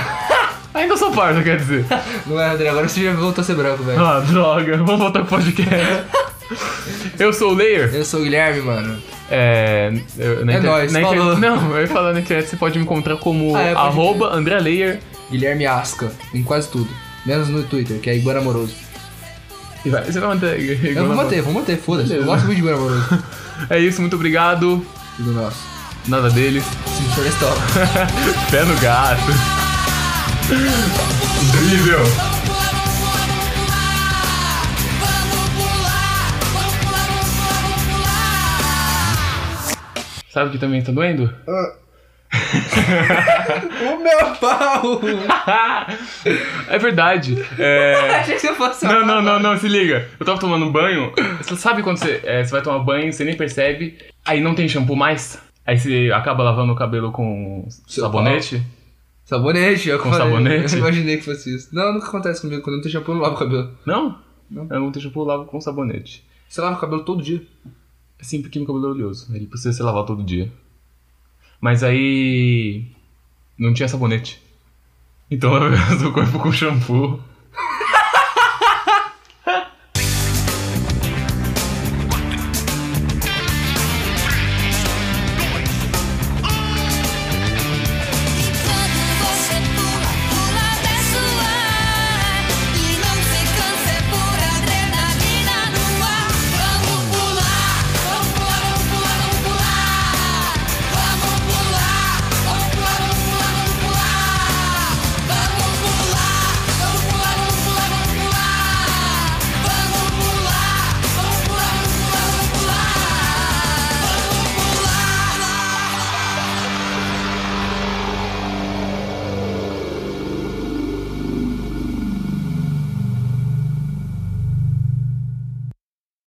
Speaker 1: Ainda sou pardo, quer dizer.
Speaker 2: Não é, André, agora você já voltou a ser branco, velho.
Speaker 1: Ah, droga. Vamos voltar pro podcast. Eu sou o Layer.
Speaker 2: Eu sou o Guilherme, mano.
Speaker 1: É. eu- na
Speaker 2: É
Speaker 1: inter-
Speaker 2: nóis,
Speaker 1: na inter-
Speaker 2: falou.
Speaker 1: Não, eu ia falar na internet, você pode me encontrar como
Speaker 2: Ah, é, pode
Speaker 1: arroba André Layer.
Speaker 2: Guilherme Asca, em quase tudo. Menos no Twitter, que é Iguana Amoroso.
Speaker 1: E vai- Você vai manter.
Speaker 2: Eu vou manter, vou manter, foda-se. Eu
Speaker 1: Beleza.
Speaker 2: gosto muito de Iguana Amoroso.
Speaker 1: É isso, muito obrigado.
Speaker 2: E do nosso.
Speaker 1: Nada deles.
Speaker 2: Sim, florestal.
Speaker 1: Pé no gato. Incrível. Sabe o que também tá doendo?
Speaker 2: o meu pau!
Speaker 1: é verdade. É...
Speaker 2: Achei que eu fosse
Speaker 1: Não, não, não, não, se liga. Eu tava tomando um banho. Você sabe quando você, é, você vai tomar banho, você nem percebe, aí não tem shampoo mais? Aí você acaba lavando o cabelo com
Speaker 2: Seu
Speaker 1: sabonete?
Speaker 2: Sabonete, eu
Speaker 1: Com
Speaker 2: falei.
Speaker 1: sabonete?
Speaker 2: Eu imaginei que fosse isso. Não, nunca acontece comigo. Quando eu não tenho shampoo, eu não lavo o cabelo.
Speaker 1: Não? É um
Speaker 2: Não.
Speaker 1: Eu não tenho shampoo, eu lavo com sabonete.
Speaker 2: Você lava o cabelo todo dia.
Speaker 1: Sim, porque meu cabelo é oleoso. Ele precisa se lavar todo dia. Mas aí. Não tinha sabonete. Então eu lavei o corpo com shampoo.